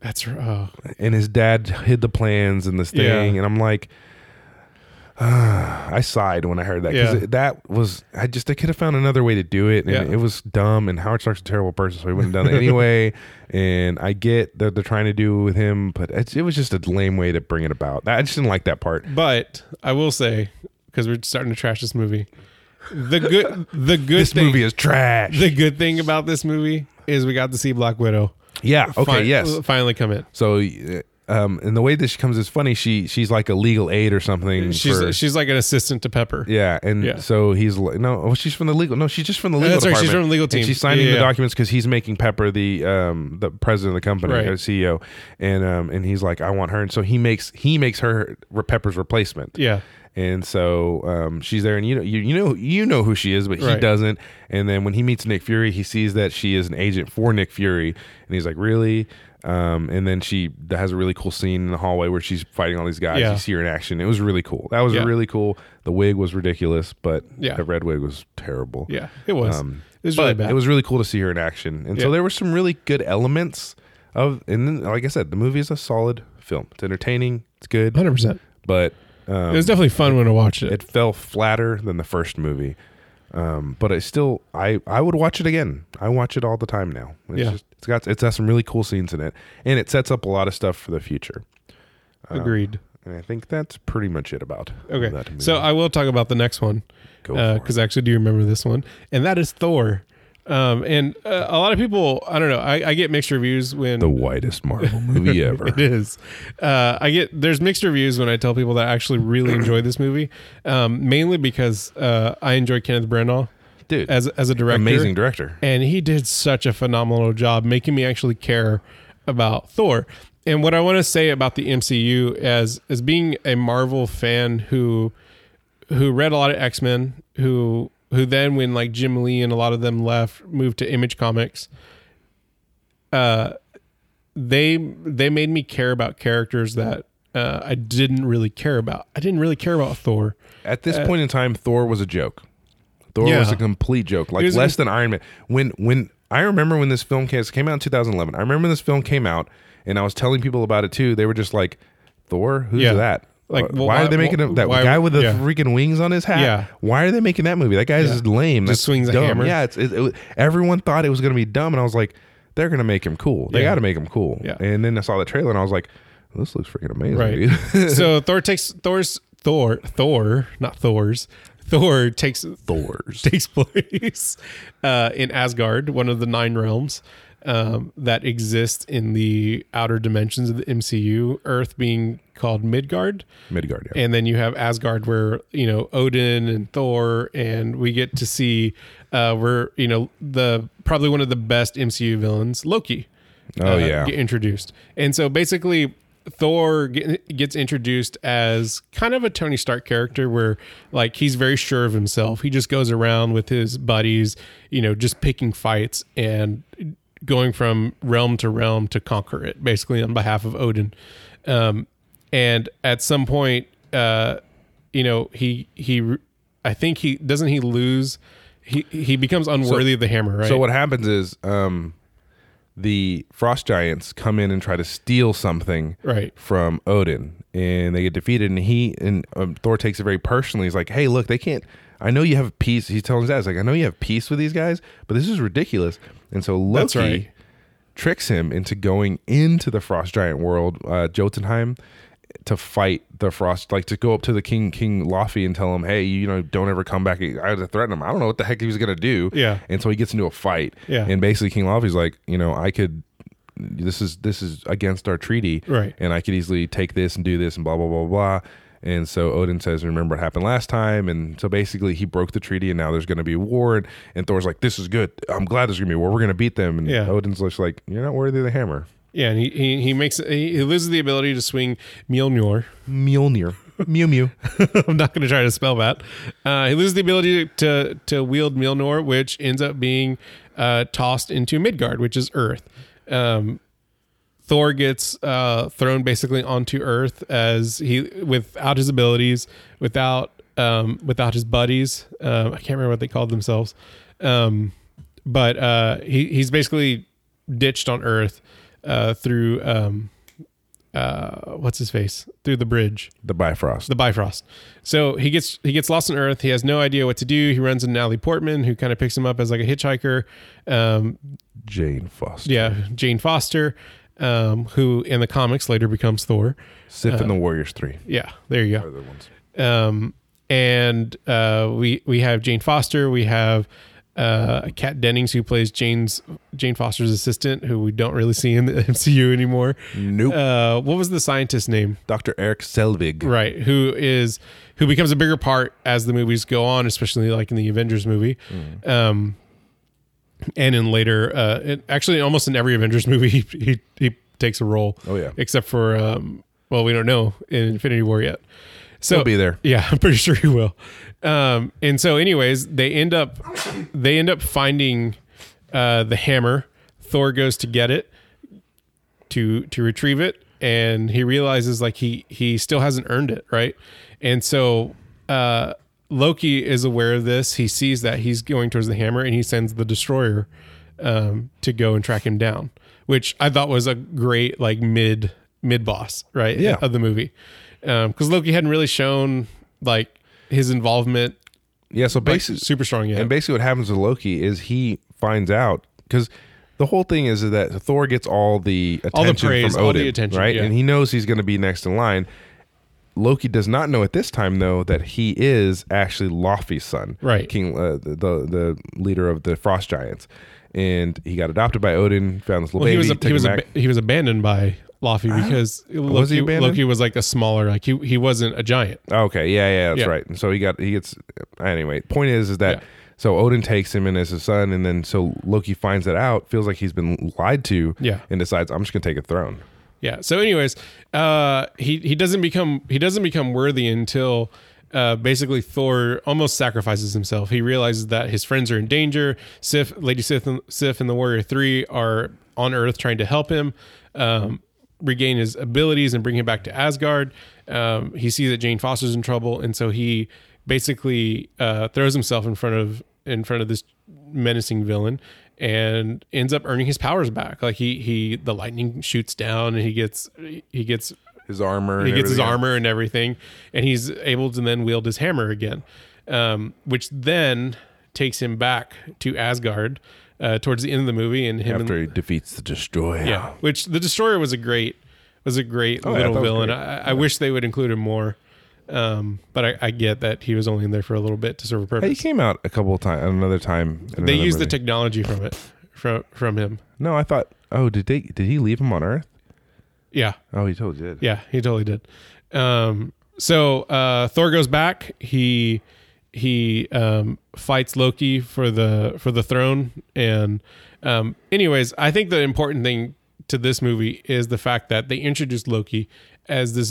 that's r- oh,
And his dad hid the plans and this thing,
Yeah.
and I'm like, "Ah," I sighed when I heard that
Yeah.
because that was I just I could have found another way to do it, and
Yeah.
it was dumb. And Howard Stark's a terrible person, so he wouldn't have done it
(laughs)
anyway. And I get that they're trying to do with him, but it's, it was just a lame way to bring it about. I just didn't like that part.
But I will say, because we're starting to trash this movie, the good
(laughs)
the good
This
thing,
movie is trash.
the good thing about this movie is we got to see Black Widow.
yeah. Okay.
fin-
yes.
finally come in.
So, uh, um, and the way that she comes is funny. She she's like a legal aid or something.
She's
for-
she's like an assistant to Pepper.
yeah, and
Yeah.
so he's like, no, well, she's from the legal. No, she's just from the legal.
that's right,
department.
Uh, she's from the legal
And
team.
she's signing
Yeah,
the
yeah.
documents because he's making Pepper the um the president of the company,
Right.
or CEO, and um and he's like, I want her, and so he makes he makes her re- Pepper's replacement.
Yeah.
And so um, she's there, and you know, you, you know, you know who she is, but he
Right.
doesn't. And then when he meets Nick Fury, he sees that she is an agent for Nick Fury, and he's like, "Really?" Um, and then she has a really cool scene in the hallway where she's fighting all these guys.
Yeah.
You see her in action. It was really cool. That was
Yeah.
really cool. The wig was ridiculous, but
Yeah.
the red wig was terrible.
Yeah. It was.
Um,
it was
but
really bad.
it was really cool to see her in action, and so
Yeah.
there were some really good elements of. And then, like I said, the movie is a solid film. It's entertaining. It's good,
hundred percent.
but. Um,
It was definitely fun when I watched it.
it fell flatter than the first movie. Um, but I still I I would watch it again. I watch it all the time now. It's
Yeah.
just, it's got it's got some really cool scenes in it, and it sets up a lot of stuff for the future.
Agreed.
And I think that's pretty much it about
Okay.
uh, that movie.
So I will talk about the next one.
Go for
because I actually do remember this one, and that is Thor. Um, and uh, a lot of people, I don't know, I, I get mixed reviews when
the whitest Marvel
(laughs)
movie ever.
It is. Uh, I get there's mixed reviews when I tell people that I actually really enjoy this movie, um, mainly because uh, I enjoy Kenneth Branagh
Dude,
as as a director,
amazing director.
and he did such a phenomenal job making me actually care about Thor. And what I want to say about the MCU as as being a Marvel fan who who read a lot of X Men, who who then when like Jim Lee and a lot of them left, moved to Image Comics. Uh, they they made me care about characters that uh, I didn't really care about. I didn't really care about Thor.
At this point in time, Thor was a joke. Thor
Uh, Yeah.
was a complete joke, like
was a-
less than Iron Man. When when I remember when this film came, this came out in 2011. I remember when this film came out, and I was telling people about it too. They were just like, "Thor, who's
Yeah.
that? Uh,
Like, well,
why, are they making a, that
why-
guy with the
yeah.
freaking wings on his hat?
Yeah.
Why are they making that movie? That guy's
Yeah.
just lame.
Just
That's
swings a
dumb.
hammer.
Yeah, it's, it, it, everyone thought it was going to be dumb, and I was like, they're going to make him cool. They
Yeah.
got to make him cool.
Yeah.
And then I saw the trailer, and I was like, this looks freaking amazing,
right?
dude. (laughs)
so Thor takes Thor's Thor Thor not Thor's Thor takes
Thor's.
takes place uh, in Asgard, one of the nine realms um, that exist in the outer dimensions of the MCU. Earth being called Midgard,
Midgard. Yeah.
and then you have Asgard, where you know Odin and Thor, and we get to see uh, where you know the probably one of the best MCU villains, Loki.
Oh,
uh,
yeah.
get introduced, and so basically. Thor get- gets introduced as kind of a Tony Stark character where like he's very sure of himself. He just goes around with his buddies, you know, just picking fights and going from realm to realm to conquer it basically on behalf of Odin. Um, and at some point uh you know he he i think he doesn't he lose he he becomes unworthy of the hammer right
So what happens is um, the frost giants come in and try to steal something
right
from Odin, and they get defeated. And he and um, Thor takes it very personally. He's like, "Hey, look, they can't. I know you have peace." He's telling his dad, he's "Like, I know you have peace with these guys, but this is ridiculous." And so
That's
Loki
right.
tricks him into going into the frost giant world, uh, Jotunheim. To fight the frost, like to go up to the king, King Laffy, and tell him, "Hey, you know, don't ever come back." I had to threaten him. I don't know what the heck he was gonna do.
Yeah.
And so he gets into a fight.
Yeah.
And basically King Laffy's like, you know, I could this is this is against our treaty.
Right.
And I could easily take this and do this and blah blah blah blah. And so Odin says, Remember what happened last time? And so basically he broke the treaty and now there's gonna be war and, and Thor's like, This is good. I'm glad there's gonna be war. We're gonna beat them. And
Yeah.
Odin's just like, You're not worthy of the hammer.
yeah and he he, he makes he, he loses the ability to swing mjolnir (laughs)
Mjolnir. Mew Mew.
i'm not going to try to spell that uh he loses the ability to to, to wield mjolnir which ends up being uh tossed into midgard which is earth um Thor gets uh, thrown basically onto Earth as he without his abilities, without um, without his buddies. Um, I can't remember what they called themselves, um, but uh, he he's basically ditched on Earth uh, through um, uh, what's his face through the bridge
The Bifrost.
the Bifrost. So he gets he gets lost on Earth. He has no idea what to do. He runs into Natalie Portman, who kind of picks him up as like a hitchhiker. Um,
Jane Foster.
yeah, Jane Foster, um, who in the comics later becomes Thor.
Sif and the
Uh,
Warriors Three.
Yeah, there you go.
Other ones.
Um, and uh, we we have Jane Foster. We have uh, Kat Dennings, who plays Jane's Jane Foster's assistant, who we don't really see in the (laughs) MCU anymore.
Nope.
Uh, what was the scientist's name?
Dr. Eric Selvig.
right who is who becomes a bigger part as the movies go on especially like in the avengers movie
Mm.
um and in later uh it, actually almost in every avengers movie (laughs) he, he he takes a role
Oh, yeah.
except for um well we don't know in infinity war yet so
He'll be there.
yeah, (laughs) I'm pretty sure he will. Um, and so, anyways, they end up they end up finding uh, the hammer. Thor goes to get it to to retrieve it, and he realizes like he he still hasn't earned it, right? And so uh, Loki is aware of this. He sees that he's going towards the hammer, and he sends the destroyer um, to go and track him down, which I thought was a great like mid mid boss, right?
Yeah.
of the movie because Loki hadn't really shown like his involvement
Yeah, so
like,
basically
super strong yet.
And basically, what happens with Loki is he finds out because the whole thing is that Thor gets all the attention
All the praise,
from
all the
Odin,
attention,
right?
yeah.
And he knows he's going to be next in line. Loki does not know at this time though that he is actually Laufey's son,
Right.
King, uh, the, the the leader of the Frost Giants, and he got adopted by Odin. Found this little
well,
baby.
he was a,
took
he
him
was
back.
ab- he was abandoned by Laffy because
was he
Loki,
abandoned?
Loki was like a smaller like he he wasn't a giant.
Okay, yeah, yeah, that's
Yeah.
right. And so he got he gets anyway. Point is, is that
Yeah.
so Odin takes him in as his son, and then so Loki finds that out, feels like he's been lied to,
Yeah.
and decides I'm just gonna take a throne.
Yeah. So, anyways, uh, he he doesn't become he doesn't become worthy until uh, basically Thor almost sacrifices himself. He realizes that his friends are in danger. Sif, Lady Sif, and, Sif, and the Warrior Three are on Earth trying to help him um, regain his abilities and bring him back to Asgard. Um, he sees that Jane Foster's in trouble, and so he basically uh, throws himself in front of in front of this menacing villain and ends up earning his powers back. Like he he the lightning shoots down and he gets he gets
his armor.
he
and
gets his
everything.
armor and everything, and he's able to then wield his hammer again, um, which then takes him back to Asgard uh, towards the end of the movie, and him and
after he defeats the destroyer.
yeah, which the Destroyer was a great was a great
Oh, yeah,
little
that was
villain.
great.
I, I wish they would include him more, um, but I, I get that he was only in there for a little bit to serve a
Hey, he
purpose.
came out a couple of times. Another time. in
they
another
used the
movie.
technology from it from from him.
no, I thought. Oh, did they? Did he leave him on Earth?
Yeah,
Oh, he totally did.
Yeah, he totally did. Um, so uh, Thor goes back. He he um, fights Loki for the for the throne. And um, anyways, I think the important thing to this movie is the fact that they introduced Loki as this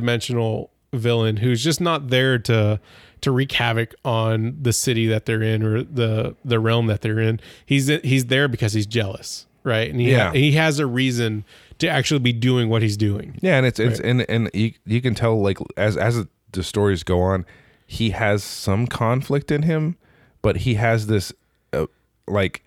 multi-dimensional villain who's just not there to to wreak havoc on the city that they're in or the the realm that they're in. He's he's there because he's jealous, right? And he
Yeah.
he has a reason to actually be doing what he's doing.
Yeah, and it's it's and and you, you can tell like as as the stories go on, he has some conflict in him, but he has this uh, like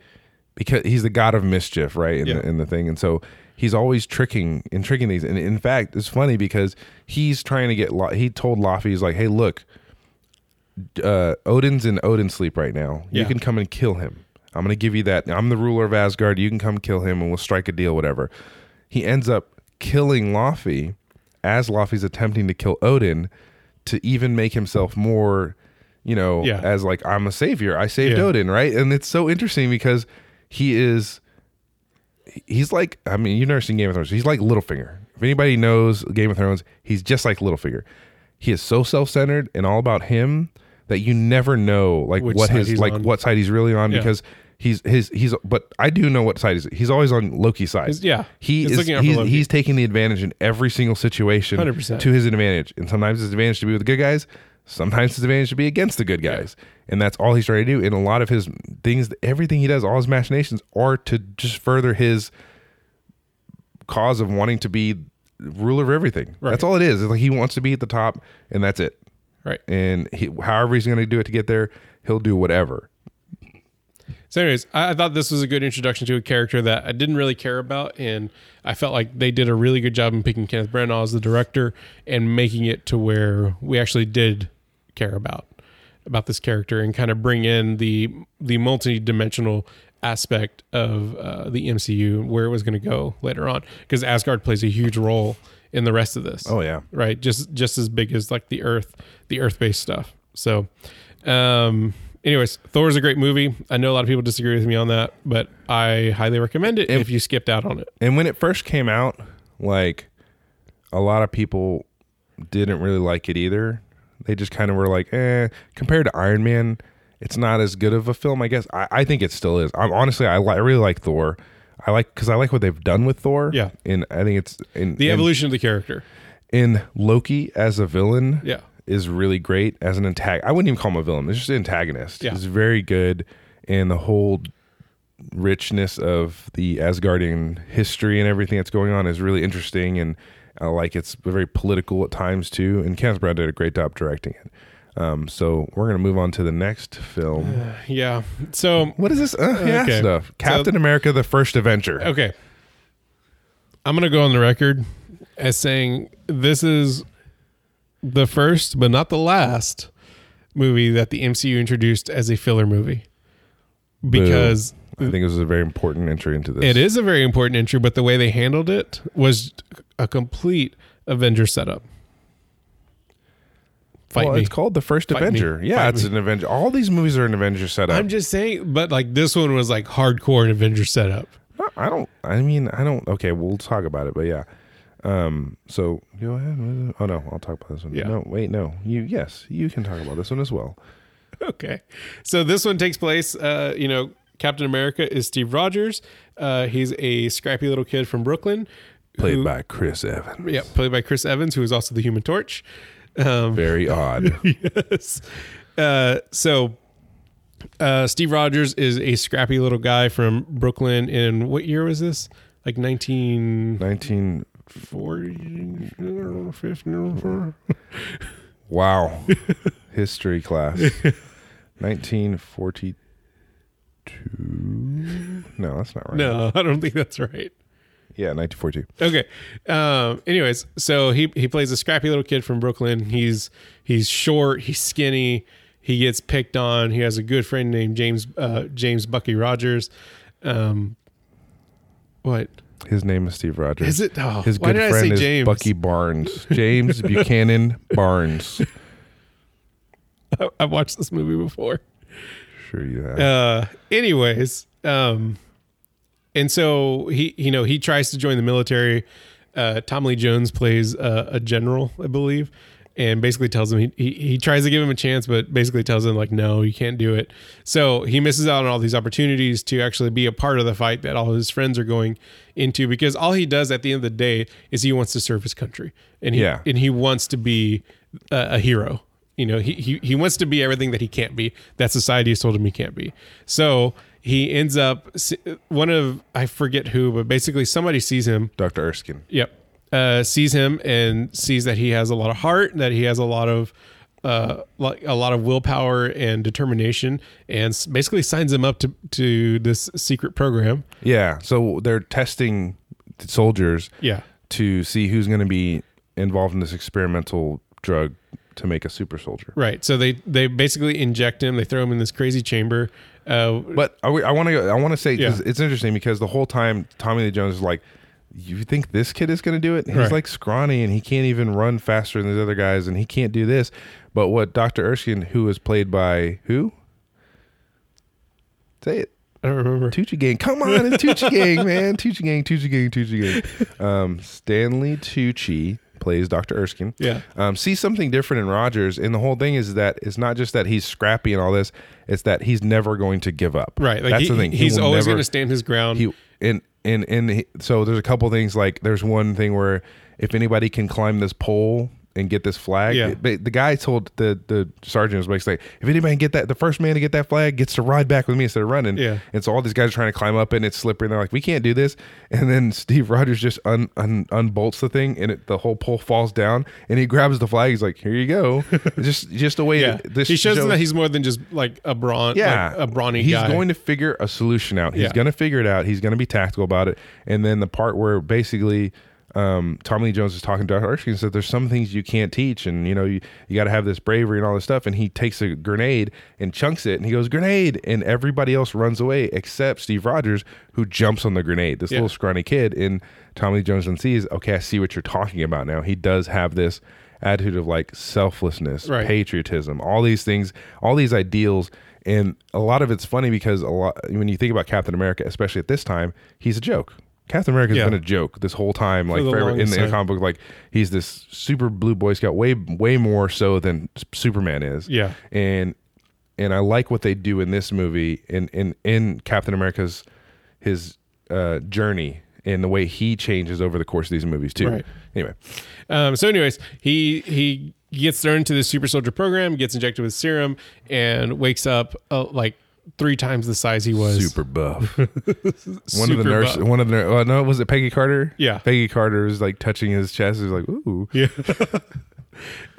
because he's the god of mischief, right? In,
Yeah.
the, in the thing, and so he's always tricking and tricking these. And in fact, it's funny because he's trying to get. Lo- he told Laffy, he's like, "Hey, look, uh, Odin's in Odin sleep right now.
Yeah.
You can come and kill him. I'm going to give you that. I'm the ruler of Asgard. You can come kill him and we'll strike a deal, whatever. He ends up killing Laffy as Laffy's attempting to kill Odin to even make himself more, you know,
Yeah.
as like, I'm a savior. I saved
Yeah.
Odin, right? And it's so interesting because he is he's like I mean you've never seen Game of Thrones. He's like Littlefinger. If anybody knows Game of Thrones, he's just like Littlefinger. He is so self centered and all about him that you never know like
Which
what
side
his
he's
like
on.
what side he's really on
Yeah.
because he's his he's but I do know what side he's he's always on Loki's side.
He's- yeah.
he
He's
is
looking out for
he's,
Loki.
he's taking the advantage in every single situation
100%.
to his advantage, and sometimes his advantage to be with the good guys. Sometimes his advantage to be against the good guys, and that's all he's trying to do. And a lot of his things, everything he does, all his machinations are to just further his cause of wanting to be ruler of everything.
Right.
That's all it is. It's like he wants to be at the top, and that's it.
Right.
And he, however he's going to do it to get there, he'll do whatever.
So, anyways, I, I thought this was a good introduction to a character that I didn't really care about, and I felt like they did a really good job in picking Kenneth Branagh as the director and making it to where we actually did care about about this character and kind of bring in the the multi-dimensional aspect of uh, the MCU where it was going to go later on because Asgard plays a huge role in the rest of this
Oh yeah,
right just just as big as like the earth the earth based stuff so um anyways thor's a great movie i know a lot of people disagree with me on that but i highly recommend it if you skipped out on it
And when it first came out, like a lot of people didn't really like it either. They just kind of were like, eh, compared to Iron Man, it's not as good of a film, I guess. I, I think it still is. I'm honestly, I, li- I really like Thor. I like because I like what they've done with Thor.
Yeah.
and I think it's in
the
in-
evolution of the character
in Loki as a villain
Yeah.
is really great as an antagonist. I wouldn't even call him a villain. It's just an antagonist.
Yeah.
He's very good and the whole richness of the Asgardian history and everything that's going on is really interesting and uh, like it's very political at times too. And Kenneth Branagh did a great job directing it. Um, so we're gonna move on to the next
(sighs)
film.
yeah so
What is this? Uh, yeah,
Okay. Oh.
stuff. Captain America: The First Avenger.
okay i'm gonna go on the record as saying this is the first but not the last movie that the mcu introduced as a filler movie because
I think this is a very important entry into this.
It is a very important entry, but the way they handled it was a complete Avenger setup. Fight
well,
me.
it's called the first
Fight me.
Avenger. Yeah,
Fight
it's
me.
an Avenger. All these movies are an Avenger setup.
I'm just saying, but like this one was like hardcore an Avenger
(laughs)
setup.
I don't. I mean, I don't. Okay, we'll talk about it, but yeah. Um. So go ahead. Oh no, I'll talk about this one.
Yeah.
No, wait, no. You yes, you can talk about this one as well.
Okay, so this one takes place. Uh, you know, Captain America is Steve Rogers. Uh, he's a scrappy little kid from Brooklyn,
Played
who-
by Chris Evans.
yeah, played by Chris Evans, who is also the Human Torch. Um,
Very
(laughs)
odd.
yes. Uh, so, uh, Steve Rogers is a scrappy little guy from Brooklyn. In what year was this? Like 1940?
Nineteen.
(laughs) (laughs)
Wow. History class. Nineteen forty-two. No, that's not right.
(laughs) No, I don't think that's right.
Yeah, 1942.
Okay. Um, anyways, so he he plays a scrappy little kid from Brooklyn. He's he's short. He's skinny. He gets picked on. He has a good friend named James uh, James Bucky Rogers. Um, what
His name is Steve Rogers.
is it? Oh,
His
why
good
did I
friend
say
is
James?
Bucky Barnes. James Buchanan Barnes.
(laughs) I, I've watched this movie before.
Sure you have.
Uh, anyways, um, and so he, you know, he tries to join the military. Uh, Tom Lee Jones plays uh, a general, I believe, and basically tells him he, he he tries to give him a chance, but basically tells him like, no, you can't do it. So he misses out on all these opportunities to actually be a part of the fight that all his friends are going into because all he does at the end of the day is he wants to serve his country and he
Yeah.
and he wants to be a, a hero. You know, he, he he wants to be everything that he can't be that society has told him he can't be. So he ends up s- one of I forget who, but basically somebody sees him.
Dr. Erskine.
Yep, uh, sees him and sees that he has a lot of heart, that he has a lot of uh, like a lot of willpower and determination, and s- basically signs him up to to this secret program.
Yeah. So they're testing soldiers
Yeah,
to see who's going to be involved in this experimental drug to make a super soldier.
right. So they they basically inject him. They throw him in this crazy chamber. Uh,
But I want to I want to say 'cause
Yeah.
it's interesting because the whole time Tommy Lee Jones is like, you think this kid is going to do it? He's
Right.
like scrawny and he can't even run faster than these other guys and he can't do this. But what Dr. Erskine, who was played by who? Say it.
I don't remember.
Tucci Gang. Come on, it's
(laughs)
Tucci Gang, man. Tucci Gang, Tucci Gang, Tucci Gang. Um, Stanley Tucci plays Dr. Erskine.
Yeah.
Um, see something different in Rogers, and the whole thing is that it's not just that he's scrappy and all this; it's that he's never going to give up.
Right. Like
That's
he,
the thing. He
He's
will
always
never-
going to stand his ground.
He and and and he, so there's a couple things like there's one thing where if anybody can climb this pole and get this flag,
Yeah.
but the guy told the the sergeant was basically like, if anybody can get that, the first man to get that flag gets to ride back with me instead of running.
Yeah.
And so all these guys are trying to climb up and it's slippery and they're like, we can't do this. And then Steve Rogers just un, un, unbolts the thing and it, the whole pole falls down and he grabs the flag. He's like, here you go. (laughs) just just the way
yeah.
this
he shows
shows-
them that he's more than just like a brawn,
yeah,
like a brawny
He's
guy.
going to figure a solution out. He's
Yeah.
going to figure it out. He's going to be tactical about it. And then the part where basically um, Tommy Lee Jones is talking to Dr. Erskine said, "There's some things you can't teach, and you know you, you got to have this bravery and all this stuff." And he takes a grenade and chunks it, and he goes grenade, and everybody else runs away except Steve Rogers, who jumps on the grenade. This
Yeah.
little scrawny kid, and Tommy Lee Jones then sees, "Okay, I see what you're talking about now." He does have this attitude of like selflessness,
Right.
patriotism, all these things, all these ideals. And a lot of it's funny because a lot when you think about Captain America, especially at this time, he's a joke. Captain America's
Yeah.
been a joke this whole time, like
the
forever in
longest
the
time.
comic book. Like he's this super blue boy scout, way way more so than S- Superman is.
Yeah.
and and I like what they do in this movie, in in in Captain America's his uh, journey and the way he changes over the course of these movies too.
Right.
Anyway,
Um, so, anyways, he he gets thrown into this super soldier program, gets injected with serum, and wakes up uh, like three times the size he was.
super buff. (laughs) one of the
Super
nurse,
buff.
one of the nurse. Oh, no, was it Peggy Carter?
Yeah.
Peggy Carter was like touching his chest. He was like, ooh,
Yeah. (laughs)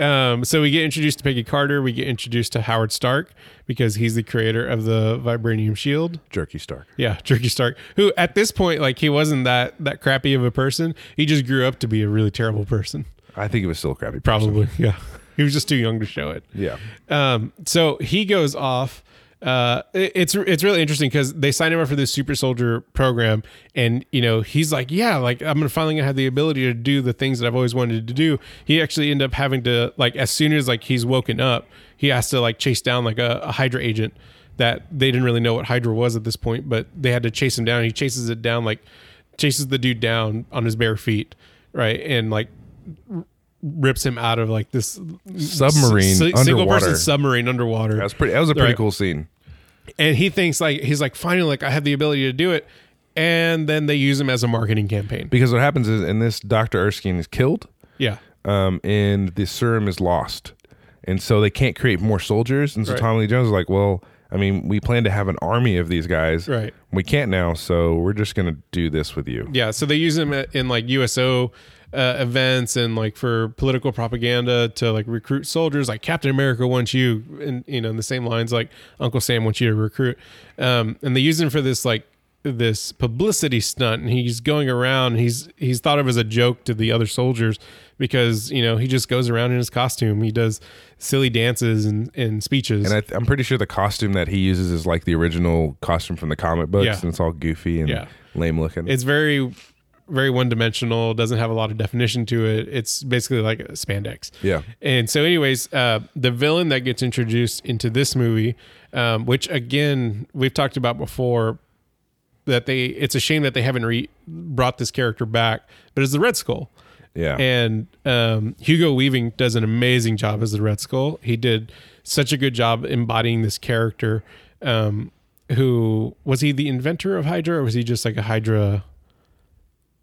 um, so we get introduced to Peggy Carter. We get introduced to Howard Stark because he's the creator of the vibranium shield.
jerky Stark.
Yeah, Jerky Stark, who at this point, like he wasn't that that crappy of a person. He just grew up to be a really terrible person.
I think it was still a crappy. person.
Probably, yeah. He was just too young to show it.
Yeah.
Um, so he goes off. Uh, it- it's it's really interesting because they sign him up for this super soldier program, and you know he's like, yeah, like I'm gonna finally gonna have the ability to do the things that I've always wanted to do. He actually ended up having to like as soon as like he's woken up, he has to like chase down like a, a Hydra agent that they didn't really know what Hydra was at this point, but they had to chase him down. He chases it down like chases the dude down on his bare feet, right, and like r- rips him out of like this
Submarine
single person
underwater.
submarine underwater
That was pretty. That was a pretty
Right.
cool scene.
and he thinks like he's like finally like i have the ability to do it and then they use him as a marketing campaign
Because what happens is, in this, Doctor Erskine is killed,
yeah
um, and the serum is lost, and so they can't create more soldiers. And so
Right.
Tommy Lee Jones is like, well. I mean, we plan to have an army of these guys.
Right.
We can't now, so we're just going to do this with you.
yeah so they use him at- in like uso uh, events and like for political propaganda to like recruit soldiers like captain america wants you and you know in the same lines like uncle sam wants you to recruit um, and they use him for this like this publicity stunt and he's going around he's he's thought of as a joke to the other soldiers because you know he just goes around in his costume he does silly dances and, and speeches
And I, th- I'm pretty sure the costume that he uses is like the original costume from the comic books,
Yeah.
and it's all goofy and
Yeah.
lame looking.
it's very very one-dimensional doesn't have a lot of definition to it it's basically like a spandex
yeah,
And so, anyways, uh, the villain that gets introduced into this movie, um, which again we've talked about before, that they it's a shame that they haven't re- brought this character back, but it's the Red Skull.
yeah.
And um, Hugo Weaving does an amazing job as the Red Skull. He did such a good job embodying this character. Um, who was he the inventor of Hydra, or was he just like a Hydra?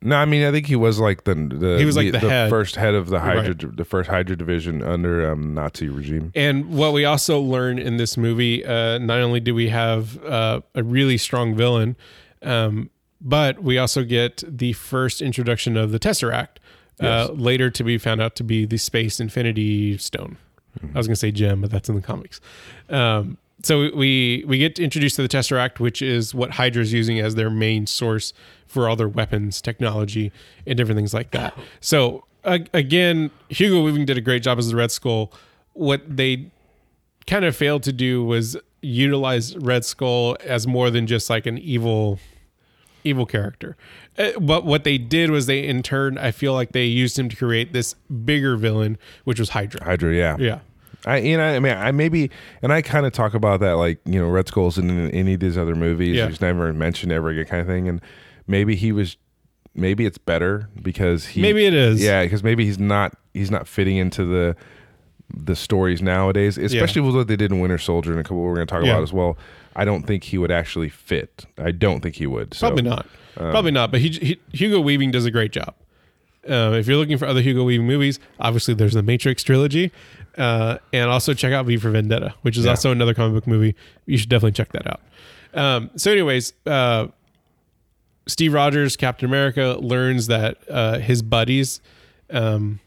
no, I mean, I think he was like the the
He was, like, the head.
first head of the Hydra, the first Hydra division under um, Nazi regime.
And what we also learn in this movie, uh, not only do we have uh, a really strong villain, um, but we also get the first introduction of the Tesseract, uh, later to be found out to be the Space Infinity Stone. I was going to say gem, but that's in the comics. Um, so we we get introduced to the Tesseract, which is what Hydra is using as their main source for all their weapons, technology, and different things like that. So a- again, Hugo Weaving did a great job as the Red Skull. What they kind of failed to do was utilize Red Skull as more than just like an evil evil character. Uh, But what they did was they in turn I feel like they used him to create this bigger villain, which was Hydra.
Hydra, yeah,
Yeah.
I you know I mean I maybe and I kind of talk about that like you know Red Skull's in, any of these other movies
Yeah.
he's never mentioned ever again kind of thing and maybe he was maybe it's better because he
Maybe it is.
yeah because maybe he's not he's not fitting into the the stories nowadays especially with what they did in Winter Soldier and a couple we're going to talk
Yeah.
about as well I don't think he would actually fit I don't think he would so.
Probably not. Probably not. But he, he Hugo Weaving does a great job. Um, if you're looking for other Hugo Weaving movies, obviously there's the Matrix trilogy, uh, and also check out V for Vendetta, which is also another comic book movie. You should definitely check that out. Um, so, anyways, uh, Steve Rogers, Captain America, learns that uh, his buddies, um,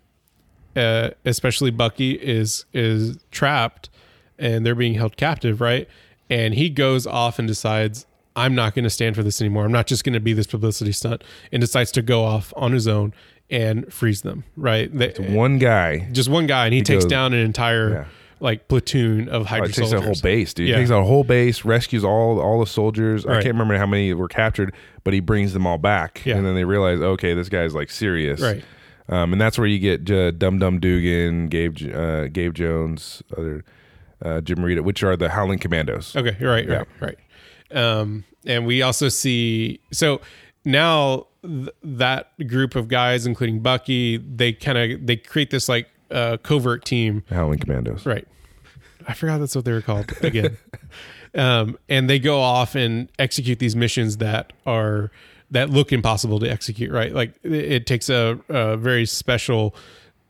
uh, especially Bucky, is is trapped, and they're being held captive, right? And he goes off and decides, "I'm not going to stand for this anymore. I'm not just going to be this publicity stunt," and decides to go off on his own and freeze them, right? They,
one guy
just one guy, and he, takes
goes-
down an entire
Yeah.
like platoon of Hydra
Oh, it takes
soldiers.
a whole base, dude.
Yeah.
He takes a whole base, rescues all all the soldiers. I
Right.
can't remember how many were captured, but he brings them all back.
Yeah.
And then they realize, okay, this guy's like serious.
Right.
Um, and that's where you get uh, Dum Dum Dugan, Gabe J- uh, Gabe Jones, other uh, Jim Rita, which are the Howling Commandos.
Okay, you're right,
Yeah.
right, right. Um, and we also see so now th- that group of guys, including Bucky, they kind of they create this like uh, covert team,
The Howling Commandos.
right? I forgot that's what they were called again. um, and they go off and execute these missions that are that look impossible to execute, right? Like it, it takes a, a very special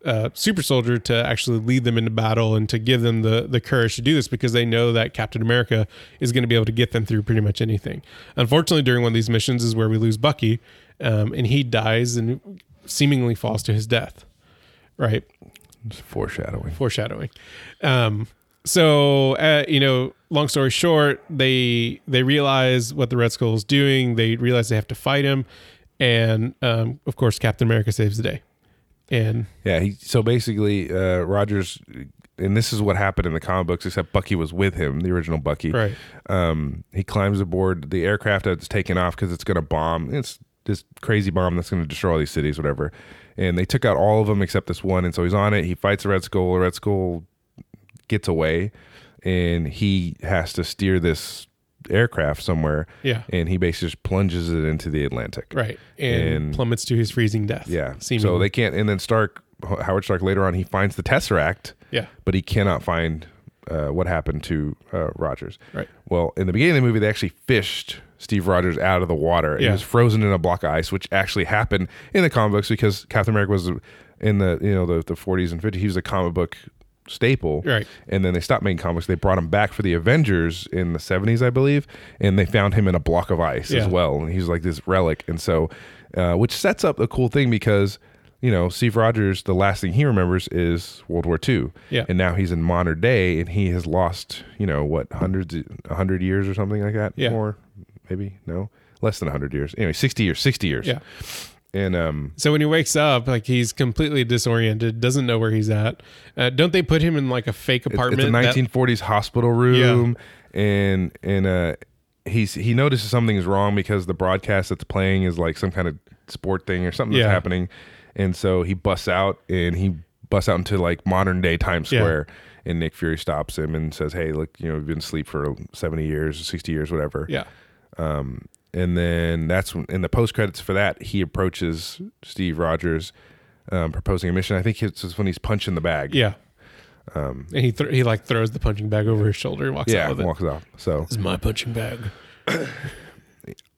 uh, super soldier to actually lead them into battle and to give them the the courage to do this because they know that Captain America is going to be able to get them through pretty much anything. Unfortunately, during one of these missions is where we lose Bucky, um, and he dies and seemingly falls to his death, right?
It's foreshadowing.
foreshadowing. Um, so uh, you know, long story short, they they realize what the Red Skull is doing. They realize they have to fight him, and um, of course, Captain America saves the day. And
Yeah. He, so basically, uh, Rogers, and this is what happened in the comic books, except Bucky was with him, the original Bucky.
right,
um, he climbs aboard the aircraft that's taken off because it's going to bomb. It's this crazy bomb that's going to destroy all these cities, whatever. And they took out all of them except this one. And so he's on it. He fights the Red Skull. The Red Skull gets away, and he has to steer this aircraft somewhere.
yeah,
And he basically just plunges it into the Atlantic.
right, and,
And-
plummets to his freezing death.
Yeah.
seemingly.
So they can't. And then Stark, Howard Stark, later on, he finds the Tesseract
yeah,
but he cannot find uh, what happened to uh, Rogers.
Right.
Well, in the beginning of the movie, they actually fished Steve Rogers out of the water. He
Yeah.
was frozen in a block of ice, which actually happened in the comic books because Captain America was in the you know the, the 40s and 50s. He was a comic book staple.
Right.
And then they stopped making comics. They brought him back for the Avengers in the 70s, I believe, and they found him in a block of ice
Yeah.
as well. And he's like this relic. And so, uh, which sets up a cool thing because, you know, Steve Rogers, the last thing he remembers is World War II.
Yeah.
And now he's in modern day and he has lost, you know, what, hundreds, 100 years or something like that?
Yeah.
More, maybe? No? less than 100 years. Anyway, 60 years, 60 years.
Yeah.
And um,
So when he wakes up, like he's completely disoriented, doesn't know where he's at. Uh, don't they put him in like a fake
it-
apartment?
it's a
that-
1940s hospital room, and and uh, he's he notices something is wrong because the broadcast that's playing is like some kind of sport thing or something
Yeah.
that's happening, and so he busts out and he busts out into like modern day Times
Yeah.
Square. And Nick Fury stops him and says, "Hey, look, you know, you've been asleep for seventy years, sixty years, whatever."
yeah,
Um, and then that's when, in the post credits for that, he approaches Steve Rogers, um, proposing a mission. I think it's just when he's punching the bag.
yeah. and he thr he like throws the punching bag over his shoulder, and walks
Um, Yeah,
out with it.
walks off. So
This is my punching bag.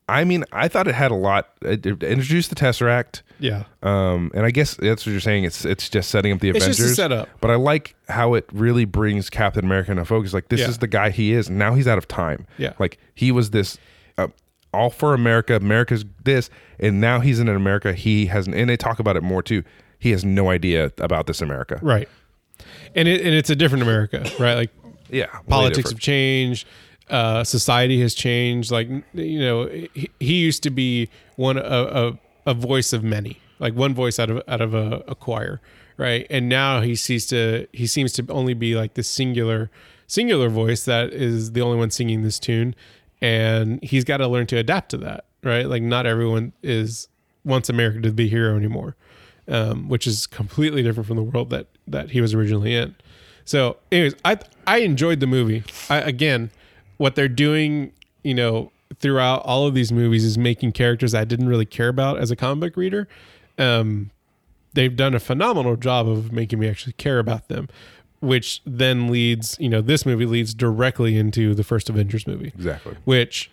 I mean, I thought it had a lot. It, it introduced the Tesseract,
Yeah,
um, and I guess that's what you're saying. It's it's just setting up the
It's
Avengers.
just a setup.
But I like how it really brings Captain America into focus. Like this
Yeah.
is the guy he is. Now he's out of time.
Yeah.
Like he was this. Uh, all for America. America's this, and now he's in an America. He has, and they talk about it more too. He has no idea about this America.
right. And it and it's a different America, right? Like
Yeah, way
politics have
different.
changed uh, society has changed like n- you know he, he used to be one a, a, a voice of many like one voice out of out of a, a choir right and now he sees to he seems to only be like this singular singular voice that is the only one singing this tune and he's got to learn to adapt to that right like not everyone is wants america to be hero anymore um, which is completely different from the world that that he was originally in so, anyways, I I enjoyed the movie. I, again, what they're doing, you know, throughout all of these movies is making characters I didn't really care about as a comic book reader. Um, they've done a phenomenal job of making me actually care about them, which then leads, you know, this movie leads directly into the first Avengers movie
exactly.
which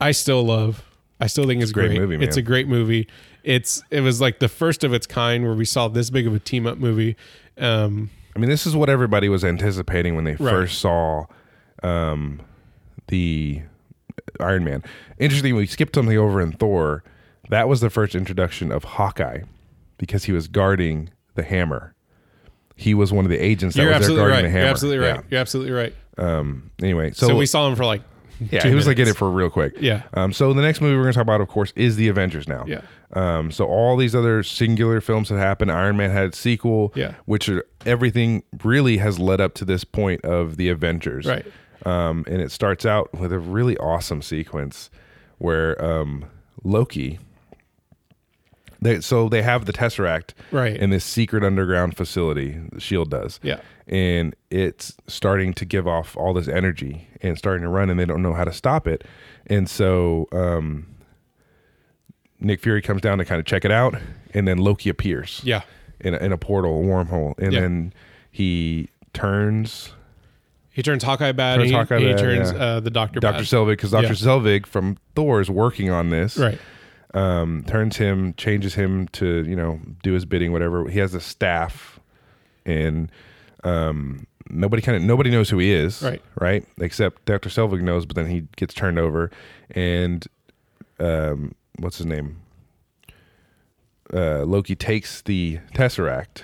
I still love. I still think it's,
a great
great.
movie, man.
It's a great movie. It's it was like the first of its kind where we saw this big of a team up movie. Um,
I mean, this is what everybody was anticipating when they first saw um, the Iron Man. Interesting, we skipped something over in Thor. That was the first introduction of Hawkeye because he was guarding the hammer. He was one of the agents that
you're
was there
absolutely
guarding
right.
the hammer.
You're absolutely right.
Yeah.
You're absolutely right.
Um, anyway, so,
So, we saw him for like
yeah,
two
he was like in it
minutes.
for real quick.
Yeah.
Um, so the next movie we're going to talk about, of course, is the Avengers now.
Yeah.
Um, so all these other singular films that happened, Iron Man had its sequel.
Yeah.
Which are everything really has led up to this point of the Avengers.
Right.
Um, and it starts out with a really awesome sequence where um, Loki. They, so they have the Tesseract
Right.
in this secret underground facility. The Shield E does
Yeah.
and it's starting to give off all this energy and starting to run and they don't know how to stop it and so um, nick fury comes down to kind of check it out and then loki appears
Yeah.
in, a, in a portal a wormhole and
Yeah.
then he turns
He turns Hawkeye bad.
Turns
and he,
Hawkeye
he
bad,
turns
yeah.
uh, the Doctor
dr
bad.
selvig because dr
Yeah.
selvig from thor is working on this
Right.
um, turns him changes him to you know do his bidding whatever he has a staff and um, nobody kind of nobody knows who he is
Right.
right except dr selvig knows but then he gets turned over and um, what's his name uh, loki takes the tesseract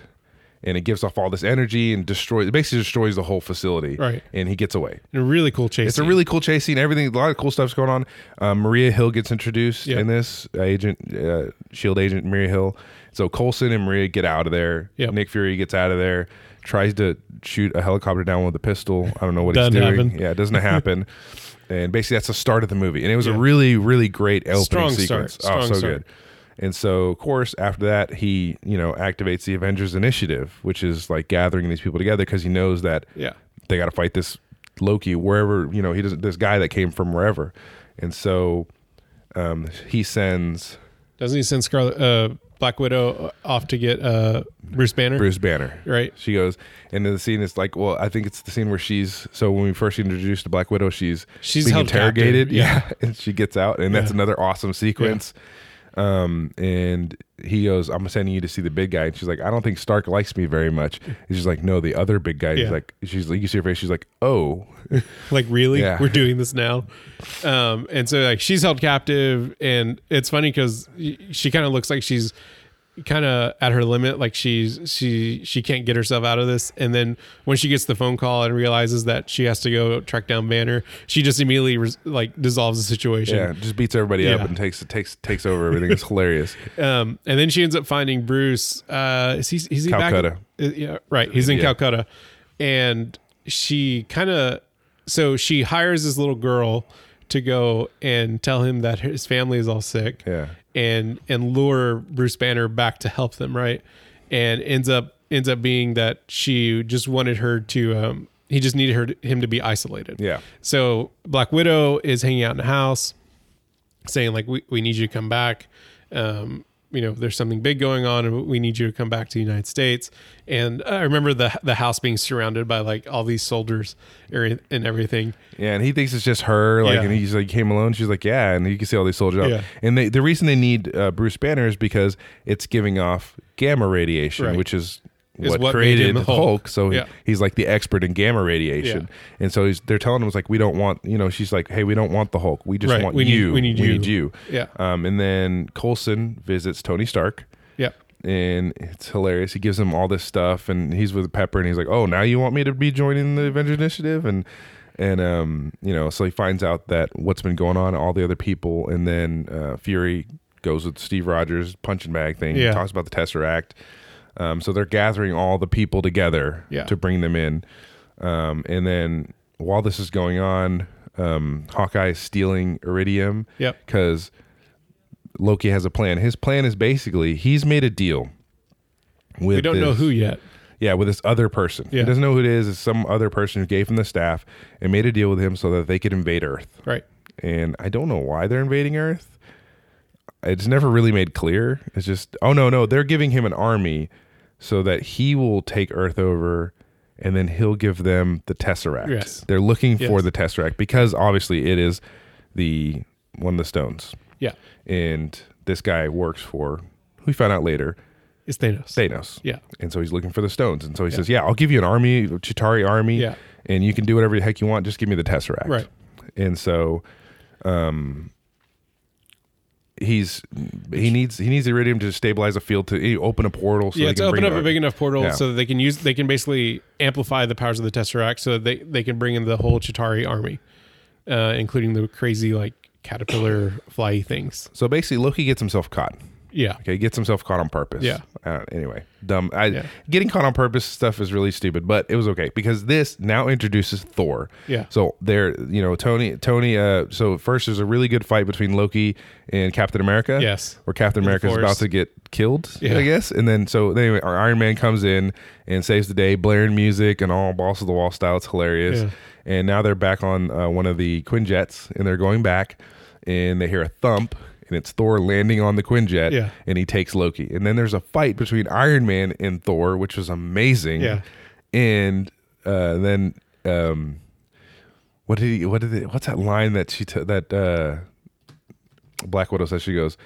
and it gives off all this energy and destroys it basically destroys the whole facility
Right.
and he gets away
And a really cool chase.
it's a really cool chase scene. Everything, a lot of cool stuff's going on. Um, Maria Hill gets introduced
Yeah.
in this uh, agent, uh, Shield agent Maria Hill. So Colson and Maria get out of there.
Yep.
Nick Fury gets out of there. Tries to shoot a helicopter down with a pistol. I don't know what
Doesn't
he's doing.
happen.
Yeah, it doesn't
(laughs)
happen. and basically, that's the start of the movie. And it was
Yeah.
a really, really great opening
Strong start.
sequence.
Strong
oh, so
start.
good. And so, of course, after that, he you know activates the Avengers Initiative, which is like gathering these people together because he knows that
Yeah.
they got to fight this Loki wherever you know he doesn't this guy that came from wherever, and so um, he sends
Doesn't he send Scarlet uh, Black Widow off to get uh, Bruce Banner?
Bruce Banner.
Right.
She goes, and then the scene is like, well, I think it's the scene where she's. So when we first introduced to Black Widow, she's
She's
being
held
interrogated, (laughs)
captive, yeah.
and she gets out, and that's
Yeah.
another awesome sequence. Um, and he goes, I'm sending you to see the big guy, and she's like, I don't think Stark likes me very much. And she's like, No, the other big guy. He's
Yeah.
like, she's like, you see her face. She's like, Oh,
like really
Yeah.
we're doing this now um and so like she's held captive and it's funny because she kind of looks like she's kind of at her limit like she's she she can't get herself out of this and then when she gets the phone call and realizes that she has to go track down banner she just immediately res- like dissolves the situation
Yeah, just beats everybody
Yeah.
up and takes takes takes over everything. It's
(laughs)
hilarious.
Um, and then she ends up finding Bruce. Uh, is he, is he
Calcutta.
Back? Uh, yeah, right. He's in
Yeah.
Calcutta, and she kind of so she hires this little girl to go and tell him that his family is all sick.
Yeah.
and and lure Bruce Banner back to help them. Right, and ends up ends up being that she just wanted her to. Um, he just needed her to, him to be isolated.
Yeah.
So Black Widow is hanging out in the house, saying like, "We we need you to come back." Um, you know, there's something big going on, and we need you to come back to the United States. And I remember the the house being surrounded by like all these soldiers er- and everything.
Yeah, and he thinks it's just her. Like,
Yeah.
and he's like, came alone. She's like, yeah, and you can see all these soldiers. up.
Yeah.
And they, the reason they need uh, Bruce Banner is because it's giving off gamma radiation,
Right.
which is
Is
what,
what made him
created
the
Hulk.
Hulk.
So he-
Yeah.
he's like the expert in gamma radiation. And so he's, they're telling him, it's like, we don't want, you know, she's like, hey, we don't want the Hulk. We just
Right.
want
We need-
you.
we need you."
Need you.
Yeah.
Um, and then Colson visits Tony Stark.
Yeah.
And it's hilarious. He gives him all this stuff, and he's with Pepper, and he's like, "Oh, now you want me to be joining the Avengers Initiative?" And and um, you know, so he finds out that what's been going on, all the other people, and then uh, Fury goes with Steve Rogers punching bag thing.
Yeah.
talks about the Tesseract. Um, so they're gathering all the people together
Yeah.
to bring them in. Um, and then while this is going on, um, Hawkeye is stealing iridium.
Yep.
Because Loki has a plan. His plan is basically he's made a deal with
We don't know
this-
who yet.
Yeah, with this other person.
Yeah.
He doesn't know who it is. It's some other person who gave him the staff and made a deal with him so that they could invade Earth.
Right.
And I don't know why they're invading Earth. It's never really made clear. It's just oh no, no, they're giving him an army so that he will take Earth over and then he'll give them the Tesseract.
Yes.
They're looking for
Yes.
the Tesseract because obviously it is the one of the stones
Yeah.
and this guy works for who we found out later
It's Thanos.
Thanos.
Yeah.
And so he's looking for the stones, and so he says, "Yeah, I'll give you an army, a Chitari army,
Yeah.
and you can do whatever the heck you want. Just give me the Tesseract."
Right.
And so, um, he's he needs he needs iridium to stabilize a field to eh, open a portal. So
yeah,
they
to
can
open
bring
up a
the-
big enough portal
Yeah.
so that they can use they can basically amplify the powers of the Tesseract so that they, they can bring in the whole Chitari army, uh, including the crazy like caterpillar fly things.
So basically, Loki gets himself caught.
Yeah.
Okay, he gets himself caught on purpose.
Yeah.
Uh, anyway, dumb. I,
Yeah.
Getting caught on purpose stuff is really stupid, but it was okay because this now introduces Thor.
Yeah.
So there, you know, Tony, Tony. Uh, so first, there's a really good fight between Loki and Captain America.
Yes.
Where Captain
the
America is about
forest.
to get killed,
Yeah.
I guess. And then so anyway, our Iron Man comes in and saves the day, blaring music and all balls of the wall style. It's hilarious.
Yeah.
And now they're back on uh, one of the Quinjets, and they're going back, and they hear a thump. And it's Thor landing on the Quinjet
Yeah.
and he takes Loki. And then there's a fight between Iron Man and Thor, which was amazing.
Yeah.
And uh, then um, what did he? What did? They, what's that line that she t- that uh, Black Widow says? She goes,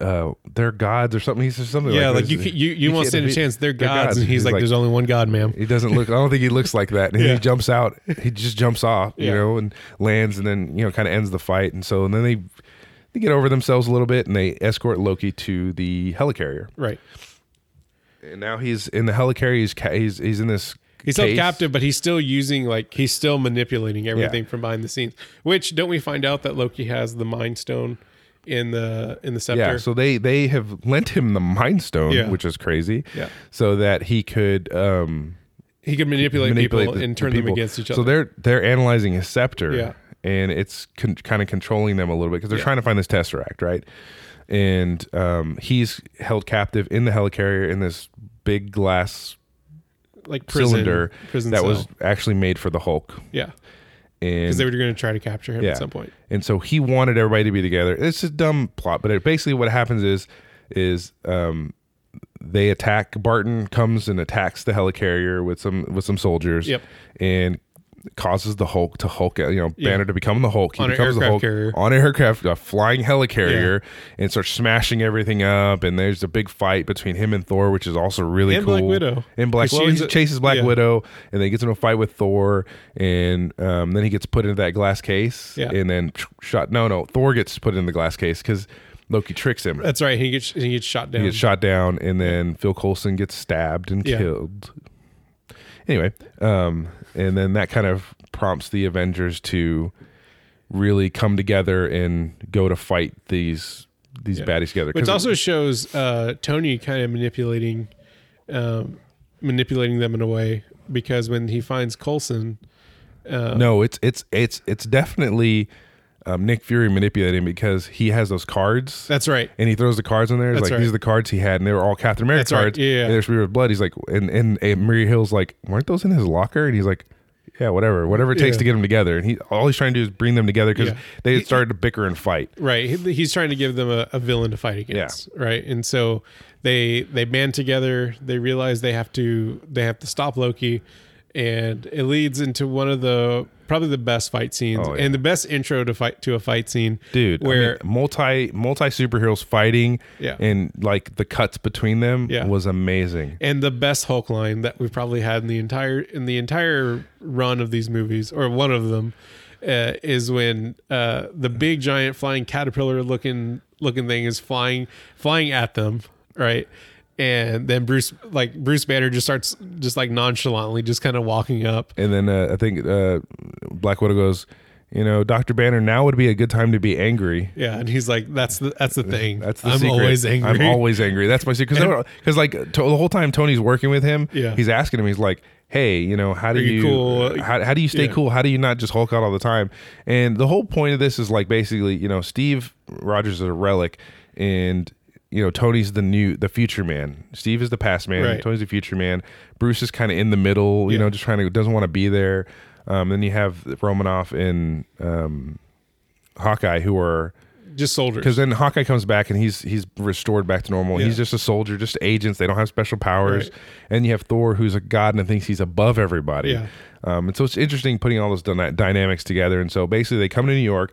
uh, "They're gods" or something. He says something.
Yeah, like
this.
you can, you, you won't
can't
stand a
defeat-
chance. They're gods, and he's, like, "There's only one god, ma'am."
he doesn't look. I don't think he looks like that. And
Yeah.
he jumps out. He just jumps off, you
Yeah.
know, and lands, and then you know, kind of ends the fight. And so, and then they they get over themselves a little bit, and they escort Loki to the helicarrier.
Right.
And now he's in the helicarrier. He's ca- he's, he's in this.
He's
case.
held captive, but he's still using like he's still manipulating everything from behind the scenes. Which don't we find out that Loki has the Mind Stone in the in the scepter?
Yeah, so they they have lent him the Mind Stone,
Yeah.
which is crazy.
Yeah.
so that he could um,
he can manipulate,
manipulate
people
the-
and
the
turn them
people.
against each other.
So they're they're analyzing his scepter,
Yeah.
and it's con- kind of controlling them a little bit because they're
Yeah.
trying to find this tesseract, right? And um, he's held captive in the helicarrier in this big glass
like prison,
cylinder
prison
that
cell.
was actually made for the Hulk,
yeah,
and
because they were going to try to capture him at some point.
and so he wanted everybody to be together. It's a dumb plot, but it, basically what happens is is um, they attack. Barton comes and attacks the helicarrier with some with some soldiers.
Yep.
and causes the Hulk to Hulk. You know,
Yeah.
Banner to become the Hulk. He
On an
becomes the
aircraft
Hulk
carrier.
on an aircraft, a flying helicarrier, and starts smashing everything up. And there's a big fight between him and Thor, which is also really
And
cool.
Black Widow.
and Black.
'Cause
Well,
she's
he
a-
chases Black
yeah.
Widow. Widow, and then he gets into a fight with Thor, and um, then he gets put into that glass case,
Yeah.
and then shot. No, no, Thor gets put in the glass case because Loki tricks him.
That's right. He gets he gets shot down.
He gets shot down, and then Phil Coulson gets stabbed and
Yeah.
killed. Anyway, um, and then that kind of prompts the Avengers to really come together and go to fight these these baddies together.
Which
'Cause
also shows uh, Tony kind of manipulating, um, manipulating them in a way because when he finds Coulson,
no, it's it's it's it's definitely um, Nick Fury manipulating because he has those cards.
that's right.
and he throws the cards in there. He's
That's
like,
right.
these are the cards he had, and they were all Captain America
That's right.
cards.
Yeah, yeah.
And there's River Blood. He's like, and, and and Maria Hill's like, weren't those in his locker? And he's like, yeah, whatever, whatever it takes
Yeah.
to get them together. And he all he's trying to do is bring them together because
Yeah.
they had started to bicker and fight.
Right. He- He's trying to give them a, a villain to fight against. Right. And so they they band together. They realize they have to they have to stop Loki, and it leads into one of the probably the best fight scenes
Oh, yeah.
and the best intro to fight to a fight scene.
Dude,
where
multi multi superheroes fighting,
Yeah.
and like the cuts between them
Yeah.
was amazing.
and the best Hulk line that we've probably had in the entire in the entire run of these movies, or one of them, uh, is when uh, the big giant flying caterpillar looking looking thing is flying flying at them, right? And then Bruce like Bruce Banner just starts just like nonchalantly just kind of walking up.
And then uh, I think uh, Black Widow goes, you know, Doctor Banner, now would be a good time to be angry.
Yeah, and he's like, "That's the that's the thing.
(laughs) That's the
I'm
secret.
always angry.
I'm always angry. That's my secret. Because like to, the whole time Tony's working with him,
Yeah.
he's asking him. He's like, "Hey, you know, how do
you
you,
cool?
how, how do you stay
Yeah.
cool? How do you not just Hulk out all the time?" And the whole point of this is like basically, you know, Steve Rogers is a relic, and you know Tony's the new the future man. Steve is the past man.
Right.
Tony's the future man. Bruce is kind of in the middle. You
Yeah.
know, just trying to doesn't want to be there. Um, then you have Romanoff and um, Hawkeye who are
(laughs) just soldiers.
because then Hawkeye comes back and he's he's restored back to normal.
Yeah.
He's just a soldier, just agents. They don't have special powers.
Right.
And you have Thor, who's a god and thinks he's above everybody.
Yeah.
Um, and so it's interesting putting all those dyna- dynamics together. And so basically, they come to New York.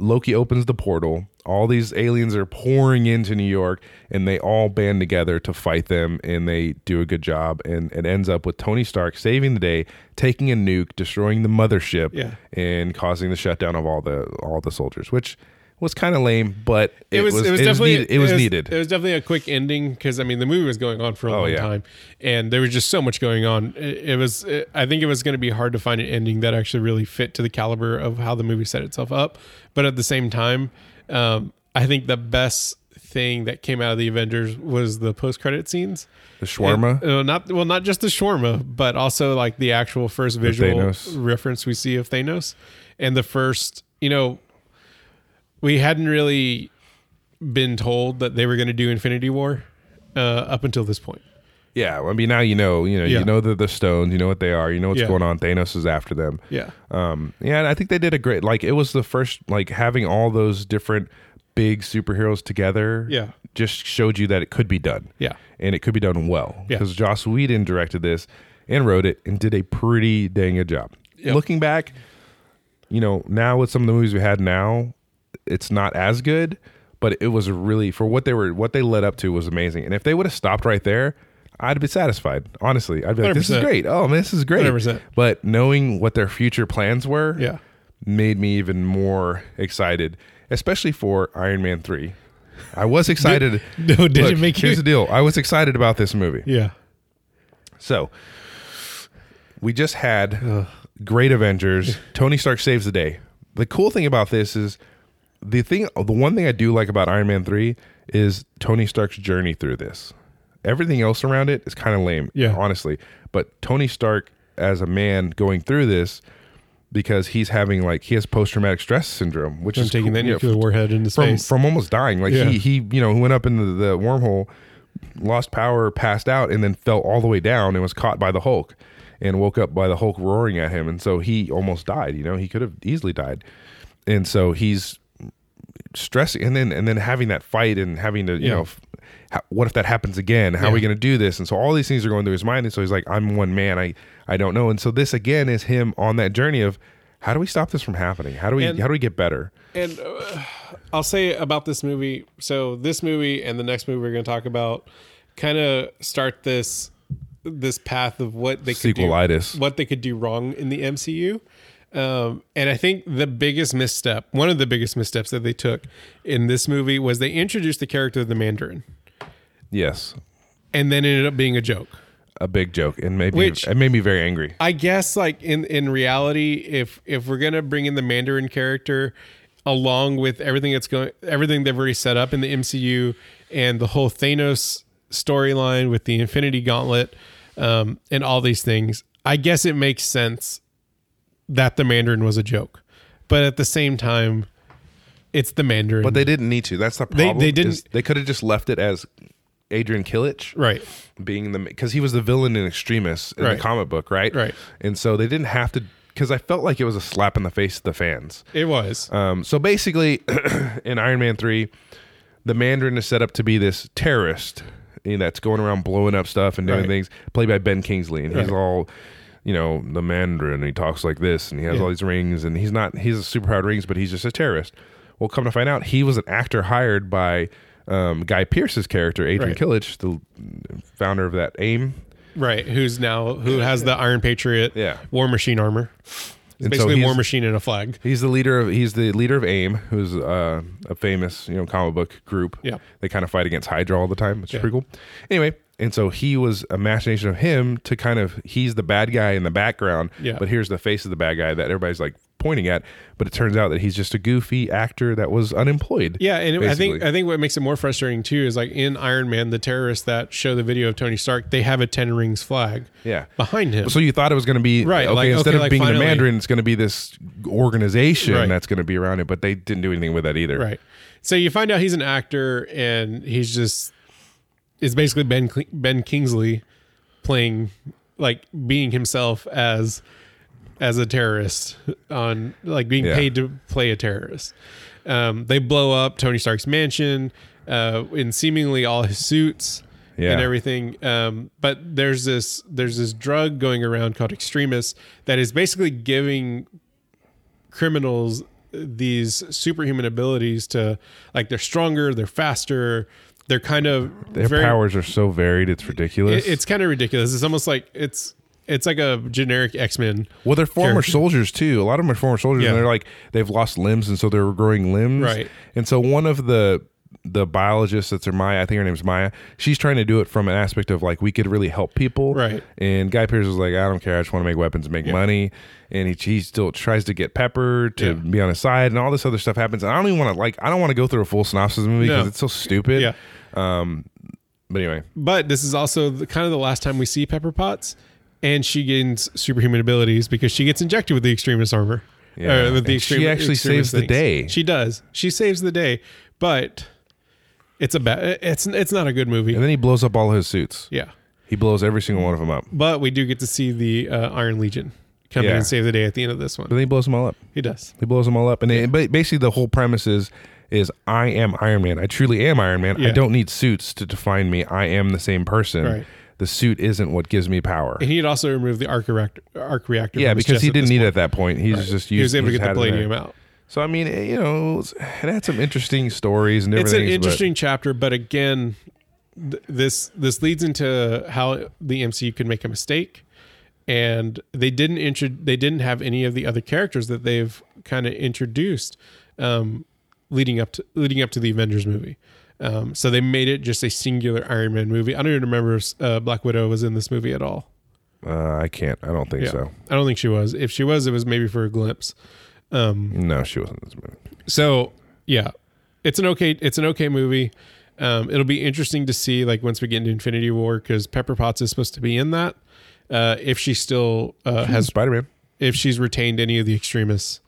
Loki opens the portal. All these aliens are pouring into New York, and they all band together to fight them. And they do a good job. And it ends up with Tony Stark saving the day, taking a nuke, destroying the mothership,
Yeah.
and causing the shutdown of all the all the soldiers, which was kind of lame, but
it was, it was definitely
needed. It was, needed.
It was definitely a quick ending because I mean the movie was going on for a long
yeah.
time, and there was just so much going on. It, it was it, I think it was going to be hard to find an ending that actually really fit to the caliber of how the movie set itself up. But at the same time, um, I think the best thing that came out of the Avengers was the post credit scenes.
the shawarma.
And, uh, not well, not just the shawarma, but also like the actual first visual
Thanos.
reference we see of Thanos, and the first, you know, we hadn't really been told that they were going to do Infinity War uh, up until this point.
yeah, I mean now you know, you know,
Yeah.
you know the the stones, you know what they are, you know what's
Yeah.
going on. Thanos is after them.
Yeah,
Um, yeah, and I think they did a great. Like it was the first, like having all those different big superheroes together.
Yeah.
just showed you that it could be done.
Yeah. (laughs)
and it could be done well.
Yeah.
because Joss Whedon directed this and wrote it and did a pretty dang good job. Looking back, you know, now with some of the movies we had now, it's not as good, but it was really for what they were what they led up to was amazing. And if they would have stopped right there, I'd be satisfied. Honestly, I'd be like, this is
100%.
great. Oh man, this is great.
100%.
But knowing what their future plans were,
Yeah.
made me even more excited, especially for Iron Man three. I was excited.
no, did
Look,
it make
here's
you?
the deal. I was excited about this movie.
Yeah,
So we just had great
(laughs)
Avengers. Tony Stark saves the day. The cool thing about this is the thing the one thing I do like about Iron Man 3 is Tony Stark's journey through this. Everything else around it is kind of lame,
Yeah.
honestly. But Tony Stark as a man going through this because he's having like he has post traumatic stress syndrome, which
I'm
is
taking
cool.
that
Yeah,
nuclear warhead into
from
space.
from almost dying. Like
Yeah.
he he you know went up into the wormhole, lost power, passed out, and then fell all the way down and was caught by the Hulk, and woke up by the Hulk roaring at him, and so he almost died. You know he could have easily died, and so he's stressing, and then and then having that fight and having to you
Yeah.
know. f- how- What if that happens again? How are we
Yeah.
going to do this? And so all these things are going through his mind. And so he's like, I'm one man. I, I don't know. And so this again is him on that journey of how do we stop this from happening? How do we,
And-
how do we get better?
and uh, I'll say about this movie. So this movie and the next movie we're going to talk about kind of start this this path of what they could do
Sequelitis.
what they could do wrong in the MCU. Um, and I think the biggest misstep, one of the biggest missteps that they took in this movie was they introduced the character of the Mandarin
Yes,
and then ended up being a joke.
a big joke, and maybe
Which-
it made me very angry.
I guess like in in reality, if if we're gonna bring in the Mandarin character along with everything that's going, everything they've already set up in the MCU and the whole Thanos storyline with the Infinity Gauntlet um, and all these things, I guess it makes sense that the Mandarin was a joke, but at the same time, it's the Mandarin.
But they didn't need to. That's the problem.
they didn't-
is They could have just left it as Adrian Killich
right,
being the because he was the villain in Extremis in
Right.
the comic book, right?
Right.
And so they didn't have to because I felt like it was a slap in the face of the fans.
it was
Um, so basically, (clears throat) in Iron Man three, the Mandarin is set up to be this terrorist you know, that's going around blowing up stuff and doing
Right.
things, played by Ben Kingsley, and he's all. You know the Mandarin. and He talks like this, and he has all these rings, and he's not—he's a super powered rings, but he's just a terrorist. Well, come to find out, he was an actor hired by um, Guy Pierce's character, Adrian
Right.
Killich, the founder of that AIM
right. Who's now who has the Iron Patriot,
Yeah.
War Machine armor. It's
And so
basically a War
he's-
Machine and a flag.
He's the leader of he's the leader of AIM, who's uh, a famous you know comic book group.
Yeah.
they kind of fight against Hydra all the time, which is pretty cool. Anyway, and so he was a machination of him to kind of he's the bad guy in the background.
Yeah.
but here's the face of the bad guy that everybody's like pointing at. But it turns out that he's just a goofy actor that was unemployed.
Yeah, and I think
basically.
I think what makes it more frustrating too is like in Iron Man, the terrorists that show the video of Tony Stark, they have a Ten Rings flag
yeah.
behind him.
So you thought it was going to be
Right,
Okay,
like,
instead
okay,
of
like,
being
finally-
the Mandarin, it's going to be this organization
Right.
that's going to be around it. But they didn't do anything with that either.
right. So you find out he's an actor, and he's just it's basically Ben Cl- Ben Kingsley playing like being himself as as a terrorist on like being
Yeah.
paid to play a terrorist. Um, they blow up Tony Stark's mansion uh, in seemingly all his suits.
Yeah.
and everything. Um, but there's this there's this drug going around called extremists that is basically giving criminals these superhuman abilities to like they're stronger, they're faster, they're kind of
Their
very-
powers are so varied; it's ridiculous.
it- it's kind of ridiculous. It's almost like it's it's like a generic X Men.
Well, they're former
character.
soldiers too. A lot of them are former soldiers,
Yeah.
and they're like they've lost limbs, and so they're growing limbs.
Right.
And so one of the the biologists that's her Maya, I think her name's Maya. She's trying to do it from an aspect of like we could really help people.
Right.
And Guy Pearce was like, I don't care. I just want to make weapons, and make money. And he, he still tries to get Pepper to
Yeah.
be on his side, and all this other stuff happens. And I don't even want to like. I don't want to go through a full synopsis of the movie because
No.
it's so stupid.
Yeah.
Um. But anyway,
But this is also the, kind of the last time we see Pepper Potts, and she gains superhuman abilities because she gets injected with the extremist armor.
Yeah.
Uh, with the
And she
extreme-
actually saves
extremist
the
things.
day.
She does. She saves the day, but it's a bad. It's it's not a good movie.
and then he blows up all his suits.
yeah,
He blows every single one of them up.
but we do get to see the uh, Iron Legion come in
Yeah.
and save the day at the end of this
But
one.
then he blows them all up.
He does.
He blows them all up, and it, ba- basically the whole premise is is I am Iron Man. I truly am Iron Man.
Yeah.
I don't need suits to define me. I am the same person.
Right.
The suit isn't what gives me power.
And he had also removed the arc reactor. Arc reactor
yeah,
from his
because
chest
he
at this
didn't need
point.
it at that point. He's just used,
He was able to
he's
get the
had it in
palladium
there.
out.
So I mean, it- you know, it, was- it had some interesting stories and
it's
everything.
an interesting chapter but again th- this this leads into how the mcu could make a mistake and they didn't intro they didn't have any of the other characters that they've kind of introduced um leading up to leading up to the avengers movie um so they made it just a singular iron man movie i don't even remember if uh, black widow was in this movie at all
Uh, I can't. I don't think
yeah
so.
i don't think she was if she was it was maybe for a glimpse um
No, she wasn't in this movie.
so yeah, it's an okay it's an okay movie. Um, it'll be interesting to see like once we get into Infinity War because Pepper Potts is supposed to be in that. Uh, if she still uh, has
Spider Man.
if she's retained any of the extremists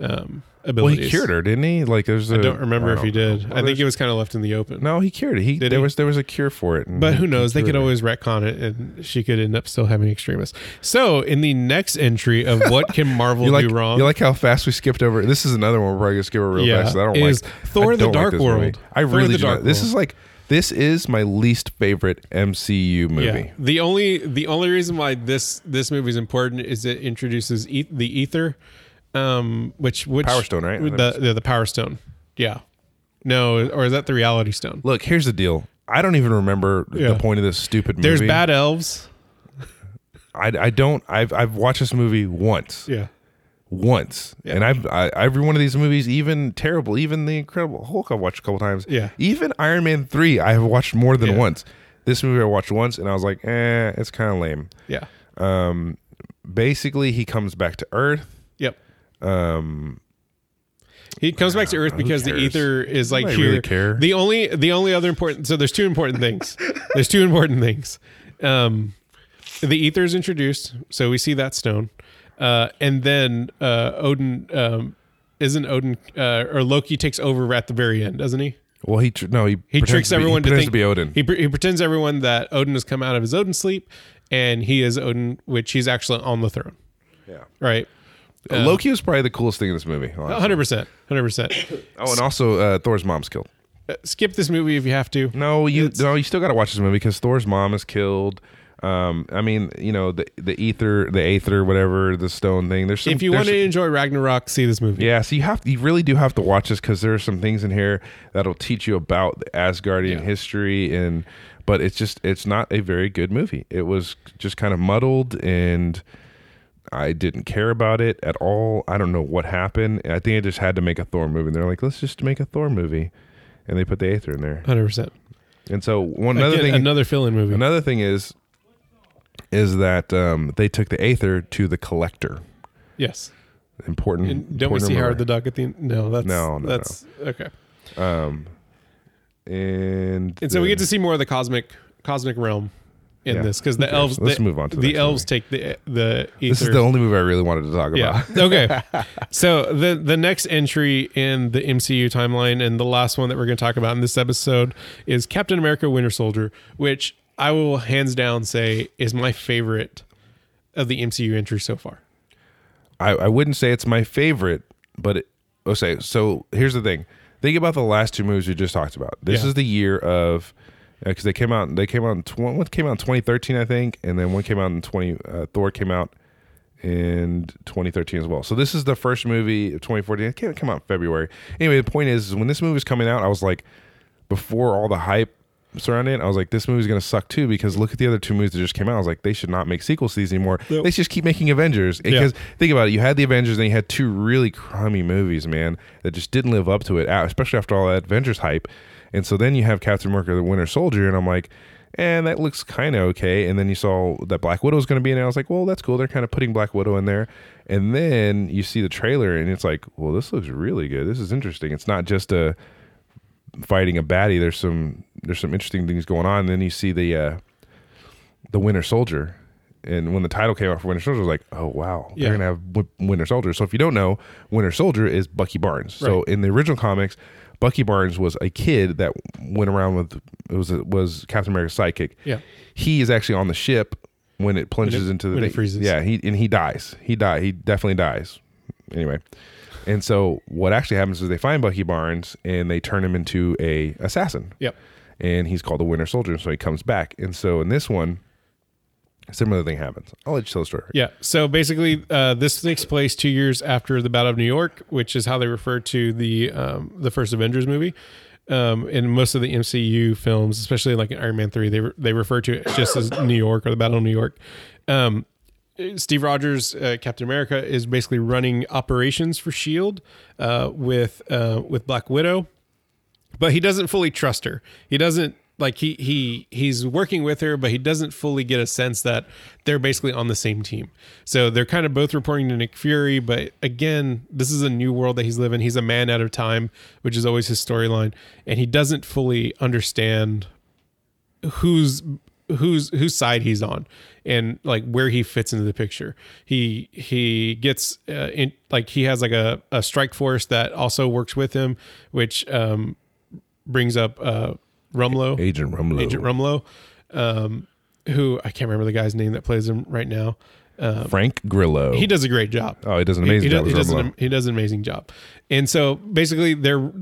um,
Well,
abilities.
he cured her, didn't he? Like, there's. a-
I don't remember
I
if he
don't
did.
know.
I think it was kind of left in the open.
No, he cured it. He
Did
there
he?
was there was a cure for it. and
But
he-
who
he
knows? They
cured
could
her.
always retcon it, and she could end up still having extremists. So, in the next entry of what
(laughs)
can Marvel
You like,
do wrong?
you like how fast we skipped over. This is another one we're probably gonna skip over real
Yeah,
fast. I don't
is
like
Thor
I
the
don't like
Dark
this movie.
World.
I
Thor
really
the
do not-
Dark
This
World.
is like this is my least favorite MCU movie.
Yeah. The only the only reason why this this movie is important is it introduces e- the ether, um, which which
Power Stone, right?
The, the the power stone. Yeah. No, or is that the reality stone?
Look, here's the deal. I don't even remember
Yeah.
the point of this stupid movie.
There's bad elves.
I, I don't. I've I've watched this movie once.
Yeah.
once.
Yeah.
And I've I, every one of these movies, even terrible, even the Incredible Hulk, I've watched a couple times.
Yeah.
Even Iron Man three, I have watched more than
Yeah.
once. This movie I watched once, and I was like, eh, it's kind of lame.
Yeah.
Um, basically, he comes back to Earth.
Yep.
Um,
He comes back to Earth
who
because the
cares?
ether is like
Nobody
here.
really care.
The only the only other important so there's two important
(laughs)
things. there's two important things. Um, the ether is introduced, so we see that stone, uh, and then uh, Odin um, isn't Odin uh, or Loki takes over at the very end, doesn't he?
well, he tr- no, he
He
pretends
tricks
to be- he
everyone to
pretends
think
to be Odin.
He, pre- he pretends everyone that Odin has come out of his Odin sleep, and he is Odin, which he's actually on the throne,
yeah.
right?
Uh, Loki was probably the coolest thing in this movie. honestly.
Hundred percent, hundred percent.
Oh, and also uh, Thor's mom's killed.
Uh, Skip this movie if you have to.
No, you no, you still got to watch this movie because Thor's mom is killed. Um, I mean, you know the the ether, the aether, whatever the stone thing. There's some,
If you
there's
want to enjoy Ragnarok, see this movie.
Yeah, so you have you really do have to watch this because there are some things in here that'll teach you about the Asgardian history and but it's just it's not a very good movie. It was just kind of muddled and I didn't care about it at all. I don't know what happened. I think I just had to make a Thor movie. And they're like, let's just make a Thor movie, and they put the Aether in there.
Hundred percent.
And so one another
Again,
thing,
another fill-in movie.
another thing is, is that um, they took the Aether to the Collector.
yes.
Important.
And don't we
important
see
to
Howard
remember.
the Duck at the end? No, that's
No, no,
that's okay.
Um, and
And so we
then-
get to see more of the cosmic cosmic realm in
Yeah.
this because
Who
the
cares?
elves.
Let's
the,
move on to the
the
next
elves take the the ether.
This is the only movie I really wanted to talk
yeah.
about.
(laughs) okay. So the the next entry in the MCU timeline and the last one that we're going to talk about in this episode is Captain America: Winter Soldier, which I will hands down say is my favorite of the MCU entry so far.
I, I wouldn't say it's my favorite, but it, okay. So here's the thing: think about the last two movies we just talked about. This
Yeah.
is the year of because they came out. They came out. In tw- one came out in 2013, I think, and then one came out in 20. Uh, Thor came out in 2013 as well. So this is the first movie of 2014. It came, came out in February. Anyway, the point is, is when this movie was coming out, I was like, before all the hype surrounding it, I was like, this movie's gonna suck too because look at the other two movies that just came out. I was like, they should not make sequels to these anymore.
Nope.
They should just keep making Avengers because think about it. You had the Avengers, and you had two really crummy movies, man, that just didn't live up to it. uh, Especially after all that Avengers hype, and so then you have Captain America: The Winter Soldier, and I'm like. And that looks kind of okay. And then you saw that Black Widow was going to be in it. I was like, well, that's cool. They're kind of putting Black Widow in there. And then you see the trailer, and it's like, well, this looks really good. This is interesting. It's not just a fighting a baddie. There's some there's some interesting things going on. And then you see the uh, the Winter Soldier, and when the title came out for Winter Soldier, I was like, oh wow,
Yeah.
they're gonna have w- Winter Soldier. So if you don't know, Winter Soldier is Bucky Barnes. So in the original comics, Bucky Barnes was a kid that went around with it was was Captain America's sidekick.
Yeah.
he is actually on the ship when it plunges into the
when it
thing.
freezes.
Yeah, he and he dies. He die. He definitely dies. Anyway, and so what actually happens is they find Bucky Barnes and they turn him into a assassin
Yep.
and he's called the Winter Soldier. So he comes back, and so in this one, a similar thing happens. I'll let you tell the story.
Yeah. So basically, uh, this takes place two years after the Battle of New York, which is how they refer to the um, the first Avengers movie. Um, in most of the MCU films, especially like in Iron Man three, they re- they refer to it just as New York or the Battle of New York. Um, Steve Rogers, uh, Captain America, is basically running operations for Shield uh, with uh, with Black Widow but he doesn't fully trust her. He doesn't like he he he's working with her, but he doesn't fully get a sense that they're basically on the same team. So they're kind of both reporting to Nick Fury, but again, this is a new world that he's living. He's a man out of time, which is always his storyline, and he doesn't fully understand who's whose whose side he's on and like where he fits into the picture he he gets uh, in like he has like a, a strike force that also works with him which um brings up uh rumlow
Agent Rumlow.
agent rumlow um who i can't remember the guy's name that plays him right now
Frank Grillo.
he does a great job
oh, he does an
he-
amazing
he,
job.
does, he,
as
does
Rumlow.
an, he does an amazing job and so basically they're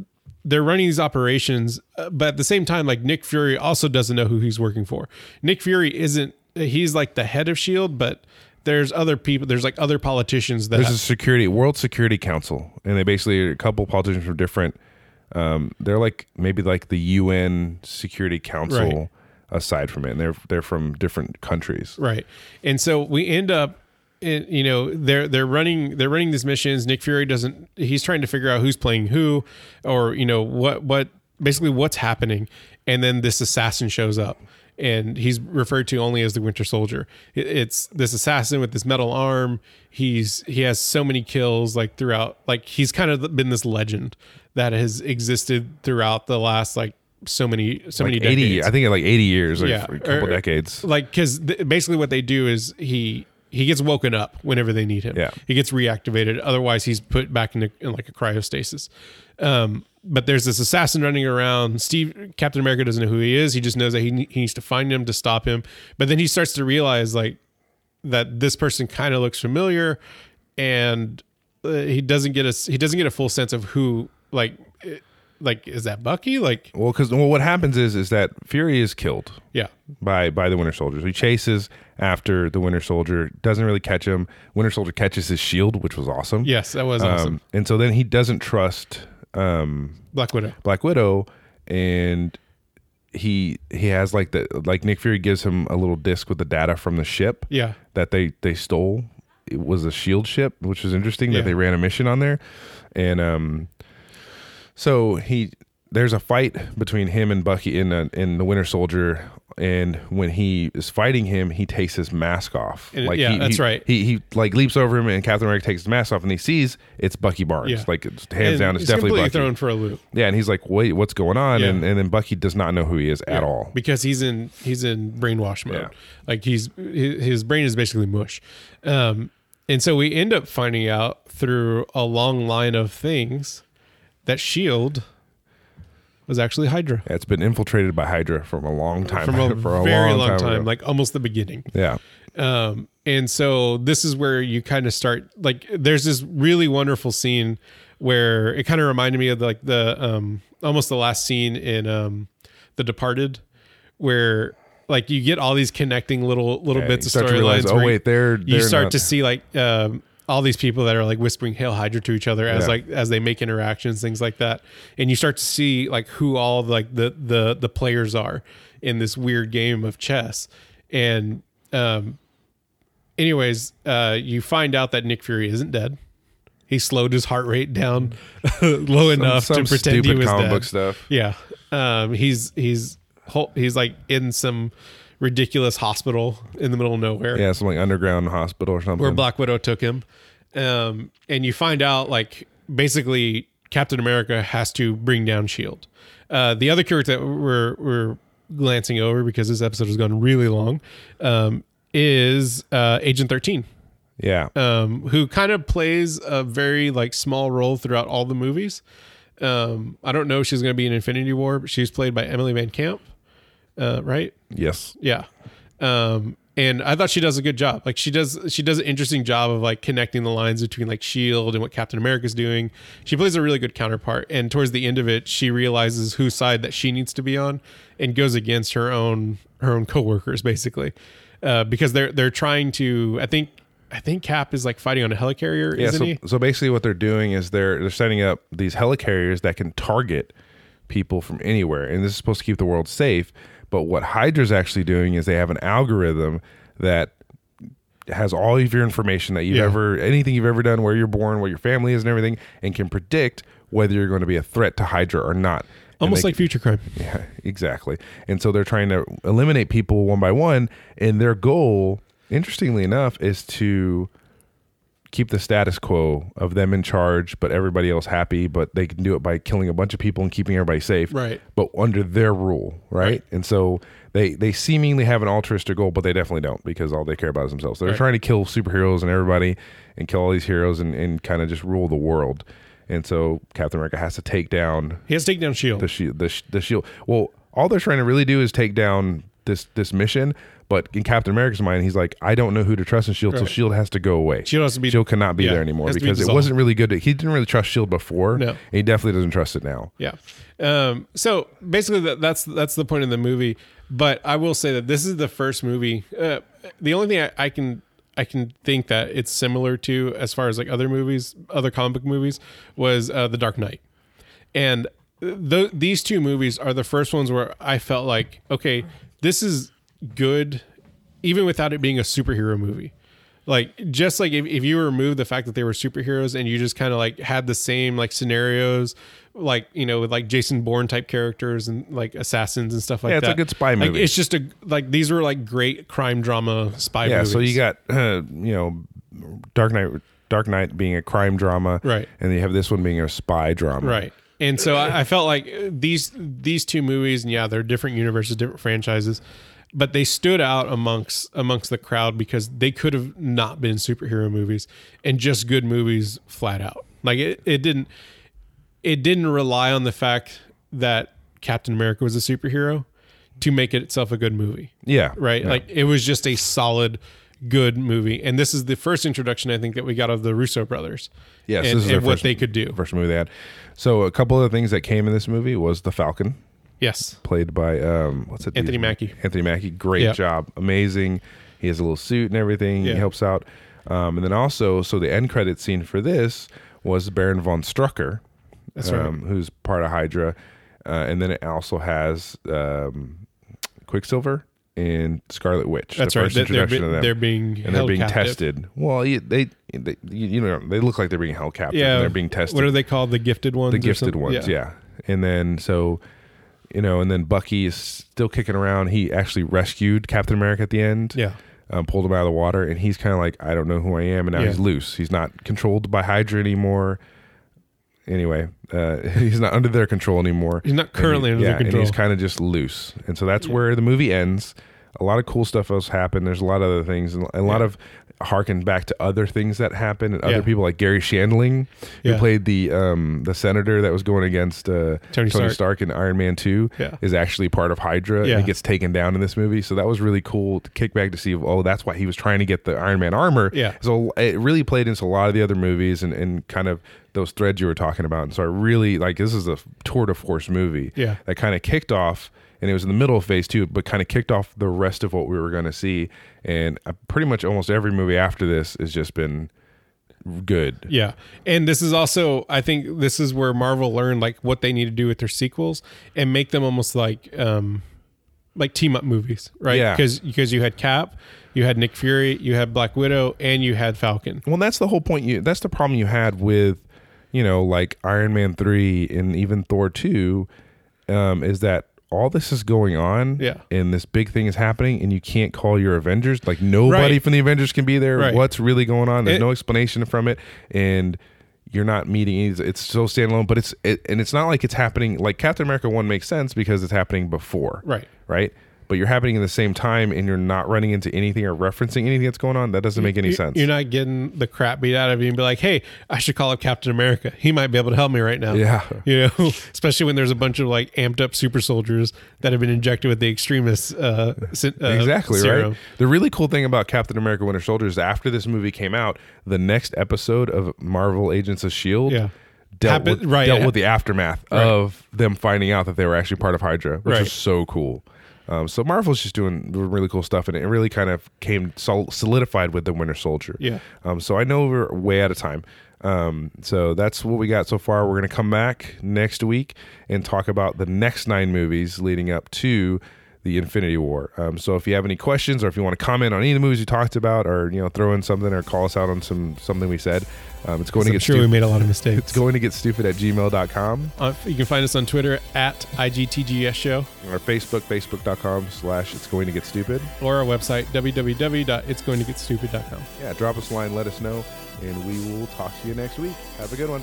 they're running these operations uh, but at the same time like nick fury also doesn't know who he's working for nick fury isn't he's like the head of shield E but there's other people there's like other politicians that
There's a security World Security Council, and they basically are a couple politicians from different. Um, they're like maybe like the UN Security Council.
Right.
Aside from it, and they're they're from different countries.
Right. And so we end up it, you know they're they're running they're running these missions. Nick Fury doesn't. He's trying to figure out who's playing who, or you know what what basically what's happening. And then this assassin shows up, and he's referred to only as the Winter Soldier. It- it's this assassin with this metal arm. He's he has so many kills like throughout. Like he's kind of been this legend that has existed throughout the last like so many so many
Like
decades.
eighty, I think like eighty years, or
Yeah, Er,
a couple
or-
decades.
like because th- basically what they do is he he gets woken up whenever they need him
Yeah.
he gets reactivated otherwise he's put back into in like a cryostasis um but there's this assassin running around steve captain america doesn't know who he is he just knows that he, ne- he needs to find him to stop him but then he starts to realize like that this person kind of looks familiar and uh, he doesn't get a s- he doesn't get a full sense of who like eh, like is that bucky like
Well, because well, what happens is is that Fury is killed
yeah
by by the Winter Soldier. So he chases after the Winter Soldier, doesn't really catch him. Winter Soldier catches his shield, which was awesome.
yes that was
Um,
awesome
And so then he doesn't trust um,
black widow
Black Widow, and he he has like the like Nick Fury gives him a little disc with the data from the ship
yeah
that they they stole. It was a Shield E ship, which is interesting
Yeah.
that they ran a mission on there, and um, so he there's a fight between him and Bucky in a, in the Winter Soldier, and when he is fighting him, he takes his mask off.
And- yeah,
he,
that's
he-
right.
He he like leaps over him, and Captain America takes his mask off, and he sees it's Bucky Barnes.
Yeah.
Like it's hands
And
down, it's
he's
definitely
completely
Bucky.
thrown for a loop
Yeah, and he's like, "Wait, what's going on?"
Yeah.
And and then Bucky does not know who he is at all.
because he's in he's in brainwash mode.
Yeah.
Like he's his his brain is basically mush. Um, and so we end up finding out through a long line of things that Shield E was actually Hydra
It's been infiltrated by Hydra from a long time.
from a
for a
very long, time,
ago.
like almost the beginning.
yeah,
Um, and so this is where you kind of start like there's this really wonderful scene where it kind of reminded me of like the um almost the last scene in um The Departed where like you get all these connecting little little
Yeah,
bits
you
of
start to realize,
storylines.
oh,
where
wait, they're-
you
they're
start
not-
to see like um all these people that are like whispering "Hail Hydra" to each other as
Yeah.
like as they make interactions, things like that, and you start to see like who all like the the the players are in this weird game of chess, and um, anyways, uh, you find out that Nick Fury isn't dead. He slowed his heart rate down (laughs) low enough
some
to pretend he
stupid
was
comic
dead.
book stuff.
Yeah, um, he's he's whole, he's like in some ridiculous hospital in the middle of nowhere
yeah, some like underground hospital or something.
where Black Widow took him, um, and you find out like basically Captain America has to bring down Shield. Uh, the other character that we're we're glancing over because this episode has gone really long um, is uh, Agent Thirteen
yeah,
um, who kind of plays a very like small role throughout all the movies. Um, I don't know if she's going to be in Infinity War, but she's played by Emily Van Camp, uh, right?
yes,
Yeah. Um, and I thought she does a good job. Like she does, she does an interesting job of like connecting the lines between like Shield E and what Captain America's doing. She plays a really good counterpart. And towards the end of it, she realizes whose side that she needs to be on, and goes against her own her own coworkers basically, uh, because they're they're trying to. I think I think Cap is like fighting on a helicarrier,
yeah.
isn't
So,
he?
so basically, what they're doing is they're they're setting up these helicarriers that can target people from anywhere, and this is supposed to keep the world safe. But what Hydra's actually doing is they have an algorithm that has all of your information that you've
Yeah.
ever anything you've ever done, where you're born, where your family is, and everything, and can predict whether you're going to be a threat to Hydra or not. And
Almost
they-
like Future Crime.
(laughs) Yeah, exactly. And so they're trying to eliminate people one by one, and their goal, interestingly enough, is to keep the status quo of them in charge, but everybody else happy. But they can do it by killing a bunch of people and keeping everybody safe,
Right.
But under their rule, right?
Right.
And so they they seemingly have an altruistic goal, but they definitely don't because all they care about is themselves. They're
Right.
trying to kill superheroes and everybody, and kill all these heroes, and, and kind of just rule the world. And so Captain America has to take down
He has to take down Shield.
the shield the, sh- the shield well all they're trying to really do is take down this this mission but in captain america's mind he's like i don't know who to trust in shield so
Right.
shield has to go away
Shield E has to be-
shield cannot be
yeah,
there anymore
has to be
because it
dissolved.
wasn't really good at- he didn't really trust shield before
No.
and he definitely doesn't trust it now
Yeah. Um, so basically, that, that's that's the point of the movie. But I will say that this is the first movie. Uh, the only thing I, I can I can think that it's similar to, as far as like other movies, other comic book movies, was uh, the Dark Knight, and th- these two movies are the first ones where I felt like, okay, this is good, even without it being a superhero movie. like just like if, if you remove the fact that they were superheroes and you just kind of like had the same like scenarios like you know with like jason bourne type characters and like assassins and stuff like
Yeah, it's
that
a good spy
Like,
movie.
it's just a like these were like great crime drama spy
Yeah,
movies
so you got uh, you know Dark Knight Dark Knight being a crime drama,
Right.
And you have this one being a spy drama,
right and so I, I felt like uh, these these two movies and yeah they're different universes different franchises but they stood out amongst amongst the crowd because they could have not been superhero movies and just good movies flat out like it, it didn't it didn't rely on the fact that captain america was a superhero to make it itself a good movie
Yeah,
right? Like it was just a solid, good movie. And this is the first introduction I think that we got of the Russo brothers.
Yes,
and,
this is
and
their
what
first-
they could do.
First movie they had. So a couple of the things that came in this movie was the Falcon,
Yes,
played by um, what's it?
Anthony Mackie.
Anthony Mackie, great
Yeah.
job, amazing. He has a little suit and everything.
Yeah.
He helps out, um, and then also, so the end credit scene for this was Baron von Strucker,
That's right.
um, who's part of Hydra, uh, and then it also has um, Quicksilver and Scarlet Witch.
that's
the
right.
first
That They're,
introduction
be-
of them
they're being
and they're
held
being
captive.
tested. Well, you- they, they you you know they look like they're being held captive.
Yeah,
and they're being tested.
What are they called? The gifted ones.
the
or
gifted
something?
ones? Yeah. and then so you know, and then Bucky is still kicking around. He actually rescued Captain America at the end.
yeah.
Um, pulled him out of the water, and he's kind of like, I don't know who I am, and now
Yeah.
he's loose. He's not controlled by Hydra anymore. Anyway, uh, (laughs) he's not under their control anymore.
He's not currently
And
under
yeah,
their control.
And he's kind of just loose. And so that's where the movie ends. A lot of cool stuff else happened. There's a lot of other things, and a lot of harken back to other things that happened, and
Yeah.
other people like Gary Shandling, who
Yeah.
played the um, the senator that was going against uh,
Tony Stark.
in Iron Man Two,
Yeah.
is actually part of Hydra,
Yeah.
and he gets taken down in this movie. So that was really cool to kick back to see. Oh, that's why he was trying to get the Iron Man armor.
Yeah.
So it really played into a lot of the other movies and, and kind of those threads you were talking about. And so I really like this is a tour de force movie
Yeah.
that kind of kicked off and it was in the middle of phase two but kind of kicked off the rest of what we were going to see and uh, pretty much almost every movie after this has just been good
Yeah. And this is also, I think this is where Marvel learned like what they need to do with their sequels and make them almost like, um, like team up movies, right?
Yeah.
Because because you had Cap, you had Nick Fury, you had Black Widow, and you had Falcon.
well that's the whole point you that's the problem you had with you know like iron man 3 and even thor 2 um, is that all this is going on
Yeah.
and this big thing is happening and you can't call your avengers like nobody
Right.
from the avengers can be there
Right.
what's really going on there's
It-
no explanation from it and you're not meeting any- it's so standalone but it's it, and it's not like it's happening like captain america 1 makes sense because it's happening before
Right.
right but you're happening at the same time and you're not running into anything or referencing anything that's going on that doesn't make any
You-
sense
You're not getting the crap beat out of you and be like, hey, I should call up Captain America. He might be able to help me right now.
Yeah.
You know, (laughs) especially when there's a bunch of like amped up super soldiers that have been injected with the extremists. Uh, sy- uh,
exactly
serum.
right the really cool thing about captain america winter soldier is after this movie came out the next episode of marvel agents of shield
Yeah.
E dealt,
Happen-
with,
right,
dealt
yeah.
with the aftermath of them finding out that they were actually part of hydra which
Right.
is so cool um, so marvel's just doing really cool stuff and it really kind of came sol- solidified with the winter soldier
Yeah.
um, so i know we're way out of time um, so that's what we got so far we're going to come back next week and talk about the next nine movies leading up to the infinity war um, so if you have any questions or if you want to comment on any of the movies you talked about or you know throw in something or call us out on some something we said um, it's going to
I'm
get
sure
stupid
we made a lot of mistakes.
going to get stupid at gmail.com
Uh, you can find us on Twitter at IGTGS Show
or facebook facebook.com slash it's going to get stupid
or our website, www.itsgoingtogetstupid.com.
yeah drop us a line let us know and we will talk to you next week have a good one